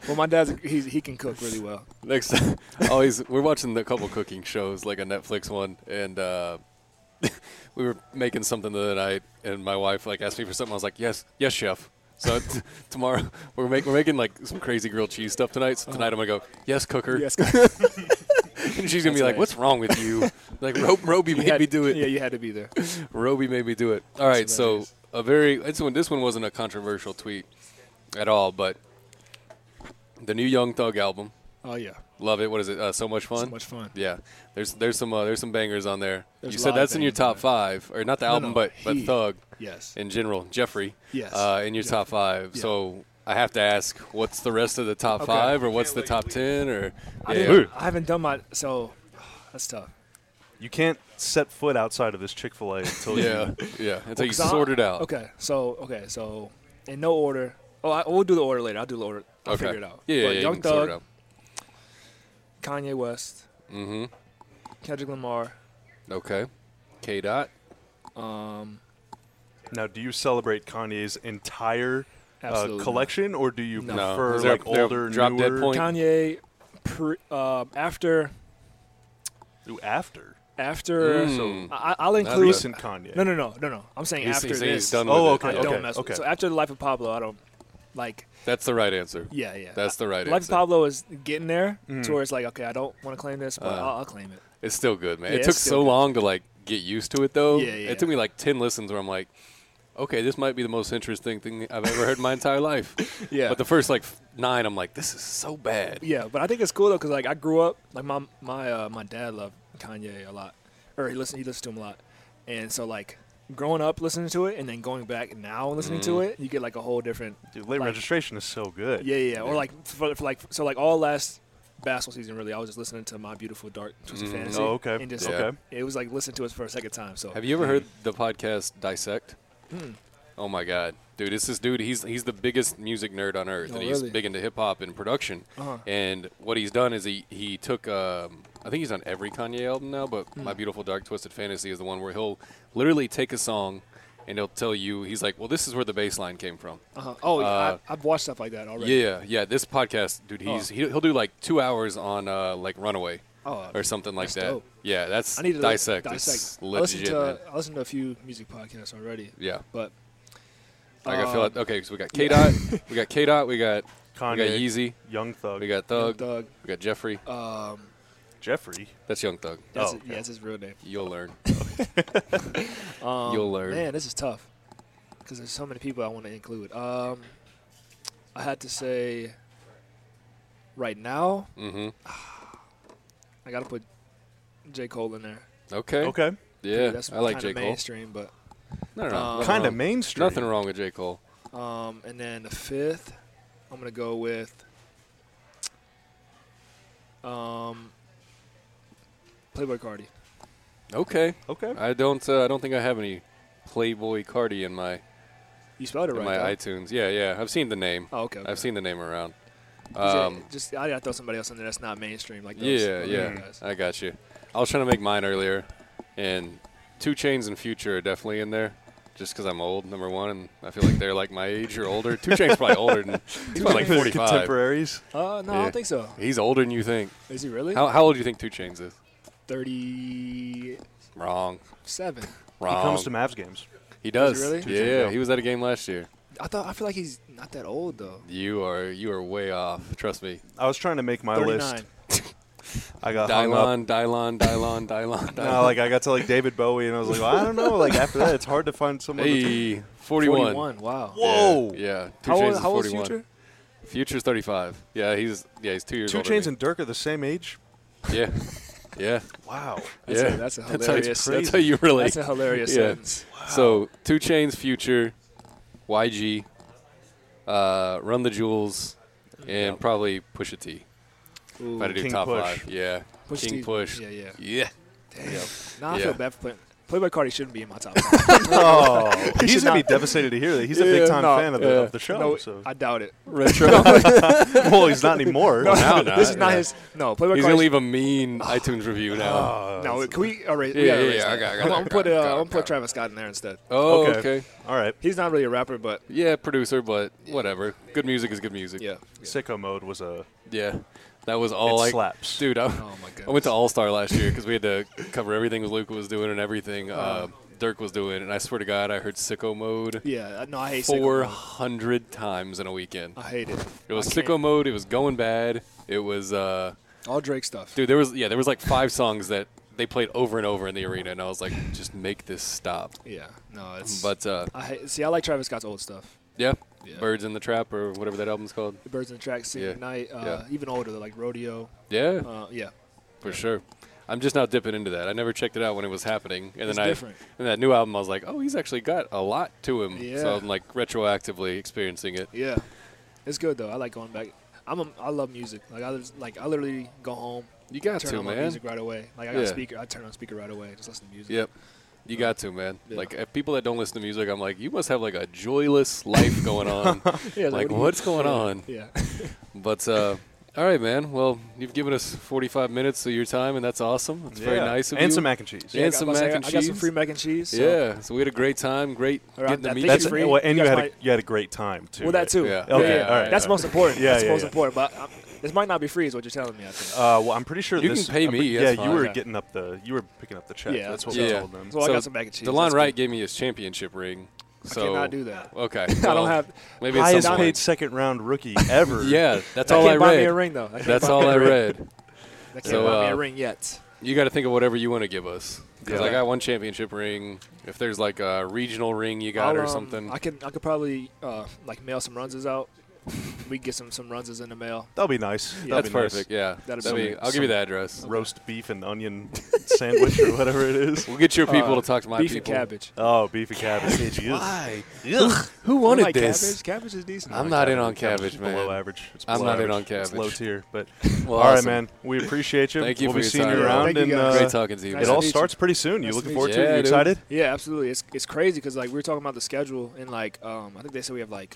S2: well, my dad's a, he's, he can cook really well.
S1: Next, time, always we're watching a couple cooking shows, like a Netflix one, and uh, we were making something the other night, and my wife like asked me for something. I was like, "Yes, yes, chef." So t- tomorrow we're making we're making like some crazy grilled cheese stuff tonight. So tonight I'm gonna go, "Yes, cooker,"
S2: Yes,
S1: and she's gonna be like,
S2: That's nice.
S1: "What's wrong with you?" like Ro- Roby made
S2: had,
S1: me do
S2: Yeah,
S1: it.
S2: you had to be there.
S1: Roby made me do it. All right, so
S2: hilarious.
S1: a very this one this one wasn't a controversial tweet at all, but the new Young Thug album,
S2: Oh yeah,
S1: love it. What is it? Uh, so much fun.
S2: so much fun.
S1: Yeah, there's there's some uh, there's some bangers on there.
S2: There's
S1: you
S2: a
S1: said
S2: lot of
S1: that's in your
S2: bangers on
S1: top
S2: there.
S1: five, or not the album,
S2: no,
S1: but but
S2: he-
S1: Thug
S2: Yes.
S1: in general, Jeffrey.
S2: Yes,
S1: Uh, in your
S2: Jeffrey.
S1: top five.
S2: Yeah.
S1: So I have to ask, what's the rest of the top
S2: Okay.
S1: five, or what's the top ten, or
S2: I,
S1: Yeah.
S2: didn't- I haven't done my so. That's tough.
S3: You can't set foot outside of this Chick Fil A until
S1: yeah,
S3: you.
S1: yeah, until you
S2: 'Cause I-
S1: sort it out.
S2: Okay, so okay, so in no order. Oh, I, we'll do the order later. I'll do the order. I'll
S1: okay.
S2: figure it out.
S1: Yeah, yeah,
S2: But
S1: yeah,
S2: Young
S1: you can
S2: Thug,
S1: sort it out.
S2: Kanye West,
S1: Mm-hmm.
S2: Kendrick Lamar.
S1: Okay. K dot.
S2: Um,
S3: Now, do you celebrate Kanye's entire uh,
S2: absolutely.
S3: collection, or do you
S2: No.
S1: No.
S3: prefer
S1: Is there a-
S3: like
S1: there a
S3: older,
S1: drop dead
S3: newer?
S1: point?
S2: Kanye, pre, uh, after
S3: Ooh, after.
S2: After
S1: Mm.
S2: I, I'll include
S3: Recent Kanye.
S2: No, no, no, no, no. I'm saying
S1: He's-
S2: after
S1: he's-
S2: this.
S1: he's done
S3: Oh,
S1: with it.
S2: I
S3: okay,
S2: don't
S3: okay,
S2: mess with.
S3: okay.
S2: So after the life of Pablo, I don't like.
S1: That's the right answer.
S2: Yeah, yeah.
S1: That's the right
S2: life of
S1: answer. Mm.
S2: Pablo is getting there to where it's like, okay, I don't want to claim this,
S1: Uh.
S2: but I'll, I'll claim it.
S1: It's still good, man.
S2: Yeah,
S1: it
S2: it's
S1: took
S2: still
S1: so
S2: good.
S1: long to like get used to it, though.
S2: Yeah, yeah.
S1: It took me like ten listens where I'm like, okay, this might be the most interesting thing I've ever heard in my entire life.
S2: Yeah.
S1: But the first like f- nine, I'm like, this is so bad.
S2: Yeah, but I think it's cool though because like I grew up like my my uh, my dad loved Kanye a lot, or he listened he listened to him a lot, and so like growing up listening to it and then going back now and listening
S1: Mm.
S2: to it, you get like a whole different
S3: Dude, late
S2: like-
S3: registration is so good.
S2: Yeah, yeah, yeah. Or like for, for like so like all last basketball season really, I was just listening to my beautiful dark twisted
S1: Mm.
S2: fantasy.
S3: Oh, okay.
S2: And just,
S1: Yeah.
S3: Okay.
S2: It was like listening to it for a second time. So
S1: Have you ever heard the podcast Dissect?
S2: Hmm.
S1: Oh my god, dude! It's this dude. He's he's the biggest music nerd on earth,
S2: Oh,
S1: and he's
S2: really?
S1: big into hip hop and production.
S2: Uh-huh.
S1: And what he's done is he he took um, I think he's on every Kanye album now, but
S2: Hmm.
S1: My Beautiful Dark Twisted Fantasy is the one where he'll literally take a song and he'll tell you he's like, well, this is where the bass line came from.
S2: Uh-huh. Oh, yeah,
S1: Uh,
S2: I, I've watched stuff like that already.
S1: Yeah, yeah. This podcast, dude, he's
S2: Oh.
S1: he'll, he'll do like two hours on uh, like Runaway
S2: Oh,
S1: or something like
S2: that's
S1: that.
S2: dope.
S1: Yeah, that's
S2: I need to li-
S1: dissect. It's
S2: dissect. I listened
S1: legit.
S2: to uh,
S1: man.
S2: I listened to a few music podcasts already.
S1: Yeah.
S2: But
S1: I gotta fill
S2: um,
S1: out. Okay, so we got K Dot, we got K Dot, we got
S3: Kanye.
S1: we got Yeezy,
S3: Young Thug.
S1: we got Thug,
S2: Thug.
S1: we got Jeffrey.
S2: Um,
S3: Jeffrey.
S1: That's Young Thug.
S2: that's,
S3: Oh,
S2: it-
S3: okay.
S2: yeah, that's his real name.
S1: You'll learn.
S2: Um,
S1: You'll learn.
S2: Man, this is tough because there's so many people I want to include. Um, I had to say, right now,
S1: Mm-hmm.
S2: I got to put J. Cole in there.
S1: Okay.
S3: Okay.
S1: Yeah,
S2: that's
S1: I like
S2: kinda
S1: J Cole.
S2: mainstream, but
S1: No, no, no.
S2: Um,
S1: nothing
S3: Kind of
S1: wrong.
S3: mainstream.
S1: Uh-huh. Nothing wrong with J Cole.
S2: um, and then the fifth, I'm gonna go with um, Playboy Cardi.
S1: Okay.
S3: Okay.
S1: I don't. Uh, I don't think I have any Playboy Cardi in my
S2: You spelled it
S1: in
S2: right.
S1: my
S2: though.
S1: iTunes. Yeah, yeah. I've seen the name.
S2: oh, okay, okay.
S1: I've seen the name around.
S2: Is it-
S1: Um,
S2: just I gotta throw somebody else in there that's not mainstream like those.
S1: yeah,
S2: other
S1: yeah.
S2: guys.
S1: I got you. I was trying to make mine earlier, and Two Chains and Future are definitely in there. Just because I'm old, number one, and I feel like they're like my age or older. Two Chains probably older than he's probably like
S3: His
S1: 45.
S3: Contemporaries.
S2: Uh, no, I
S1: Yeah.
S2: don't think so.
S1: He's older than you think.
S2: Is he really?
S1: How, how old do you think Two Chains is?
S2: 37.
S1: Wrong,
S3: He
S1: wrong.
S3: comes to Mavs games.
S1: He does.
S2: Does he really?
S3: Two
S1: Yeah,
S3: Chainz,
S1: yeah,
S3: yeah.
S1: He was at a game last year.
S2: I thought I feel like he's not that old though.
S1: You are you are way off. Trust me.
S3: I was trying to make my
S2: 39.
S3: list. I got hung up.
S1: Dylon, Dylon, Dylon, Dylon,
S3: No,
S1: Dylon.
S3: like I got to like David Bowie, and I was like, well, I don't know. Like after that, it's hard to find someone. that's-
S1: Hey, 41.
S2: Wow.
S1: Yeah,
S3: Whoa.
S1: Yeah. Two
S2: How
S1: Chainz
S2: old,
S1: is
S2: how old is
S1: 41.
S2: Future?
S1: Future's 35. Yeah, he's yeah he's two years
S3: Two
S1: older.
S3: Chains
S1: than
S3: and Dirk are the same age.
S1: me. yeah, yeah,
S3: Wow.
S2: That's
S1: yeah.
S2: a- that's a
S1: how you-
S2: hilarious
S1: that's
S2: sentence.
S1: how you relate.
S2: That's a hilarious
S1: Yeah.
S2: sentence.
S1: So two chains, future, YG, uh, Run the Jewels, and probably Push a T.
S2: Ooh.
S1: If I had to do
S3: King
S1: top
S3: Push.
S1: five, yeah,
S2: Pusha
S1: King
S2: T.
S1: Push,
S2: Yeah, yeah.
S1: yeah.
S2: Nah, I
S1: Yeah.
S2: feel bad for playing. Playboy Cardi shouldn't be in my top. five.
S3: Oh,
S2: should
S3: he's gonna be
S2: not-
S3: devastated to hear that. He's a
S1: Yeah,
S3: big time
S1: no,
S3: fan of the,
S1: yeah.
S3: of the show.
S2: no,
S3: so.
S2: I doubt it.
S1: Retro.
S3: well, he's not anymore.
S1: No, now not,
S2: this is not
S1: yeah.
S2: his. No, Playboy
S1: He's
S2: Cardi.
S1: gonna leave a mean iTunes review now.
S3: Oh,
S2: no, can we erase?
S1: Yeah,
S2: we gotta
S1: yeah,
S2: erase
S1: yeah, I got- I
S2: that.
S1: got
S2: I'm
S1: it,
S2: gonna
S1: got
S2: put
S1: it,
S2: uh,
S1: got it,
S2: I'm gonna
S1: got it.
S2: put Travis Scott in there instead.
S1: Oh, okay.
S3: All right.
S2: He's not really a rapper, but
S1: Yeah, producer, but whatever. Good music is good music.
S2: yeah.
S3: Sicko mode was a.
S1: Yeah, that was all
S3: It
S1: I
S3: slaps.
S1: dude. I,
S2: Oh, my
S1: I went to All Star last year because we had to cover everything Luca was doing and everything uh, Dirk was doing, and I swear to God, I heard Sicko Mode
S2: Uh-huh. Yeah, no, I hate Sicko
S1: four
S2: Mode.
S1: hundred times in a weekend.
S2: I hate it.
S1: It was
S2: I can't-
S1: Sicko Mode. It was Going Bad. It was uh,
S2: All Drake stuff.
S1: dude. There was yeah, there was like five songs that they played over and over in the arena, and I was like, just make this stop.
S2: Yeah, no, it's.
S1: But uh,
S2: I hate, see, I like Travis Scott's old stuff.
S1: yeah,
S2: Yeah.
S1: Birds in the Trap or whatever that album's called.
S2: The Birds in the Track, Sing
S1: Yeah,
S2: Night, uh,
S1: yeah.
S2: even older, like Rodeo.
S1: Yeah,
S2: Uh, yeah,
S1: for sure. I'm just now dipping into that. I never checked it out when it was happening, and
S2: It's
S1: then I
S2: different.
S1: and that new album, I was like, oh, he's actually got a lot to him. So
S2: Yeah.
S1: I'm like retroactively experiencing it.
S2: yeah. It's good though. I like going back. I'm a, I love music. Like I just, like I literally go home,
S1: You got
S2: turn
S1: to,
S2: on
S1: man.
S2: my music right away. Like I got
S1: Yeah.
S2: a speaker, I turn on speaker right away, just listen to music.
S1: Yep. You got to, man.
S2: Yeah.
S1: Like if people that don't listen to music, I'm like, you must have like a joyless life going on.
S2: Yeah,
S1: like
S2: what do you-
S1: what's going
S2: yeah,
S1: on?
S2: Yeah.
S1: But uh, all right, man. Well, you've given us 45 minutes of your time, and that's awesome. It's very
S3: Yeah.
S1: nice of
S3: And
S1: you.
S3: some mac and cheese.
S1: Yeah.
S2: I
S1: And
S2: got-
S1: some
S2: I was
S1: mac
S2: like, I-
S1: and
S2: I got some
S1: cheese?
S2: free mac and cheese. so-
S1: yeah. So we had a great time. Great
S2: All right,
S1: getting to
S2: I
S1: meet you.
S2: think
S3: That's
S2: Free.
S3: Well, and you,
S2: You
S3: had
S2: guys
S3: a,
S2: might-
S3: you had a great time too.
S2: Well, that
S3: right?
S2: too.
S1: Yeah.
S2: Yeah.
S1: Okay,
S2: yeah.
S1: all right.
S2: That's most important.
S3: Yeah,
S2: That's
S3: yeah,
S2: most
S3: yeah.
S2: important. But I'm, This might not be free, is what you're telling me. I think.
S3: Uh, well, I'm pretty sure
S1: You
S3: this.
S1: can pay
S3: I'm pre-
S1: me,
S3: Yeah,
S1: that's
S3: you
S1: fine.
S3: were
S2: Okay.
S3: getting up the. You were picking up the check.
S2: Yeah,
S3: that's what
S1: yeah.
S3: we told them.
S2: so I got some mac and cheese.
S1: DeLon
S2: That's
S1: Wright gave me his championship ring. So
S2: good. I cannot do that.
S1: Okay.
S2: I
S1: well,
S2: don't have.
S1: maybe it's
S3: Highest
S1: someone-
S3: paid second round rookie ever.
S1: Yeah, that's
S2: That
S1: all
S2: can't
S1: I
S2: buy me a
S1: read.
S2: ring though. That can't
S1: That's
S2: buy
S1: all
S2: me a
S1: I
S2: ring.
S1: read.
S2: That can't
S1: So,
S2: buy me
S1: uh,
S2: a ring yet.
S1: You got to think of whatever you want to give us. Because
S3: Yeah.
S1: I got one championship ring. If there's like a regional ring you got
S2: I'll,
S1: or
S2: um,
S1: something,
S2: I can I could probably uh, like mail some runses out. we can get some some runses in the mail.
S3: That'll be nice.
S2: Yeah.
S3: That'll
S1: that's
S3: be nice.
S1: perfect. Yeah,
S2: That'd
S1: That'd
S2: be
S1: be-
S2: some-
S1: I'll give you the address.
S3: Roast beef and onion sandwich or whatever it is.
S1: We'll get your people
S2: Uh,
S1: to talk to my
S2: Beef
S1: people.
S2: and cabbage.
S3: Oh, beef and cabbage. Ugh.
S1: Why?
S3: Ugh.
S1: Who
S2: I
S1: wanted
S2: like
S1: this?
S2: Cabbage. cabbage is decent.
S1: I'm not in on cabbage,
S3: is
S1: man.
S3: Below average. It's
S1: I'm
S3: below
S1: not in
S3: average.
S1: on
S3: It's low
S1: cabbage.
S3: tier, but
S1: Well,
S3: all right,
S1: awesome.
S3: man. We appreciate you.
S1: Thank you
S3: we'll
S1: for
S3: be
S1: your
S3: seeing
S1: time.
S3: you around,
S2: Thank you,
S3: and
S2: guys.
S3: uh,
S1: Great talking to you.
S2: Nice
S3: it
S1: man.
S3: all
S2: to meet
S3: starts pretty soon. You
S2: Nice
S3: looking
S2: to meet
S3: forward
S1: you.
S3: to it?
S1: Yeah,
S3: You
S1: dude.
S3: excited?
S2: Yeah, absolutely. It's it's crazy because like we were talking about the schedule and like um, I think they said we have like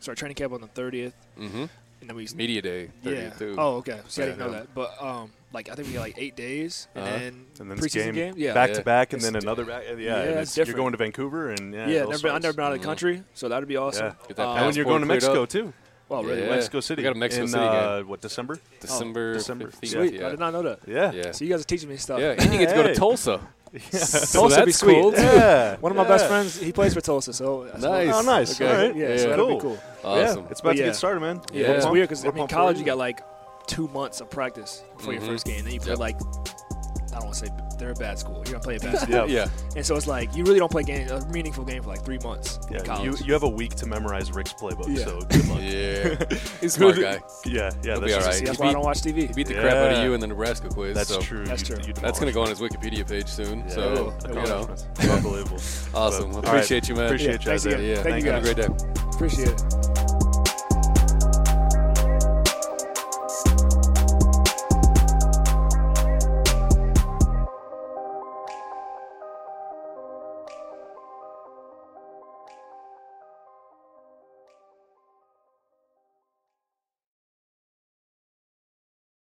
S2: start training camp on the thirtieth
S1: Mm-hmm.
S2: and then we
S1: Media day. 30
S2: yeah
S1: Too.
S2: oh okay so I
S1: Yeah,
S2: didn't know
S1: yeah.
S2: that but um like I think we got like eight days and
S1: Uh-huh.
S2: then
S3: And then it's
S2: preseason
S3: game,
S2: game, yeah
S3: back
S1: Yeah.
S3: to back, and
S2: It's
S3: then
S2: di-
S3: another back. Yeah, and
S2: Yeah,
S3: it's-
S2: it's
S3: you're
S2: different.
S3: going to Vancouver, and yeah,
S2: yeah,
S3: it all
S2: never been, I've
S3: starts.
S2: never been out of
S1: Mhm.
S2: the country so that'd be awesome
S1: Get that
S2: Um,
S1: pass.
S3: And you're going to
S1: Passport cleared
S3: Mexico
S1: up.
S3: too.
S2: well really
S1: Yeah.
S3: Mexico City.
S1: We got a Mexico
S3: in,
S1: City game.
S3: uh, What December?
S1: December,
S3: December.
S1: 15th.
S2: sweet
S1: Yeah.
S2: I did not know that
S3: Yeah.
S1: Yeah.
S2: so you guys are teaching me stuff
S1: yeah. And you get to go to
S3: Hey.
S1: Tulsa.
S2: Tulsa
S1: that's
S2: be sweet.
S1: cool.
S3: Yeah.
S2: one of my best
S3: Yeah.
S2: friends he plays for Tulsa so
S1: Nice.
S3: Oh, nice.
S1: Okay.
S3: All right.
S2: yeah,
S1: Yeah.
S2: so that'll
S3: Cool.
S2: be cool
S1: Awesome.
S3: Yeah, it's about
S2: But
S3: to
S2: yeah.
S3: get started, man.
S2: Yeah,
S1: Yeah.
S2: it's
S1: We're
S2: weird because
S3: We're
S2: in
S3: pumped
S2: college
S3: for
S2: you got like two months of practice before
S1: Mhm.
S2: your first game. Then you play
S1: Yep.
S2: like I don't want to say they're a bad school. You're gonna play a bad school,
S1: Yeah.
S3: Yeah.
S2: and so it's like you really don't play game a meaningful game for like three months in
S3: Yeah, you,
S2: college.
S3: you have a week to memorize Rick's playbook,
S2: Yeah.
S3: so good luck.
S1: Yeah. He's a smart
S3: Good.
S1: guy.
S3: Yeah,
S1: He'll
S3: yeah, that's
S1: be all
S3: just-
S1: right.
S2: See,
S1: He
S2: that's why I
S1: beat-
S2: don't watch TV.
S1: He beat the crap out of
S3: Yeah.
S1: you in the Nebraska quiz.
S3: That's
S1: so
S3: true.
S2: That's
S3: You-
S2: true.
S3: you
S1: That's going to
S3: demolished
S1: go on his Wikipedia page soon.
S3: Yeah.
S1: so,
S2: It
S1: you
S2: will.
S1: know,
S3: Unbelievable.
S1: awesome.
S3: All right.
S1: Appreciate you, man.
S3: Appreciate
S2: Yeah,
S3: you,
S2: thanks
S3: Isaiah.
S2: again.
S1: Yeah.
S2: Thank you
S1: Have a
S2: guys.
S1: great day.
S2: Appreciate it.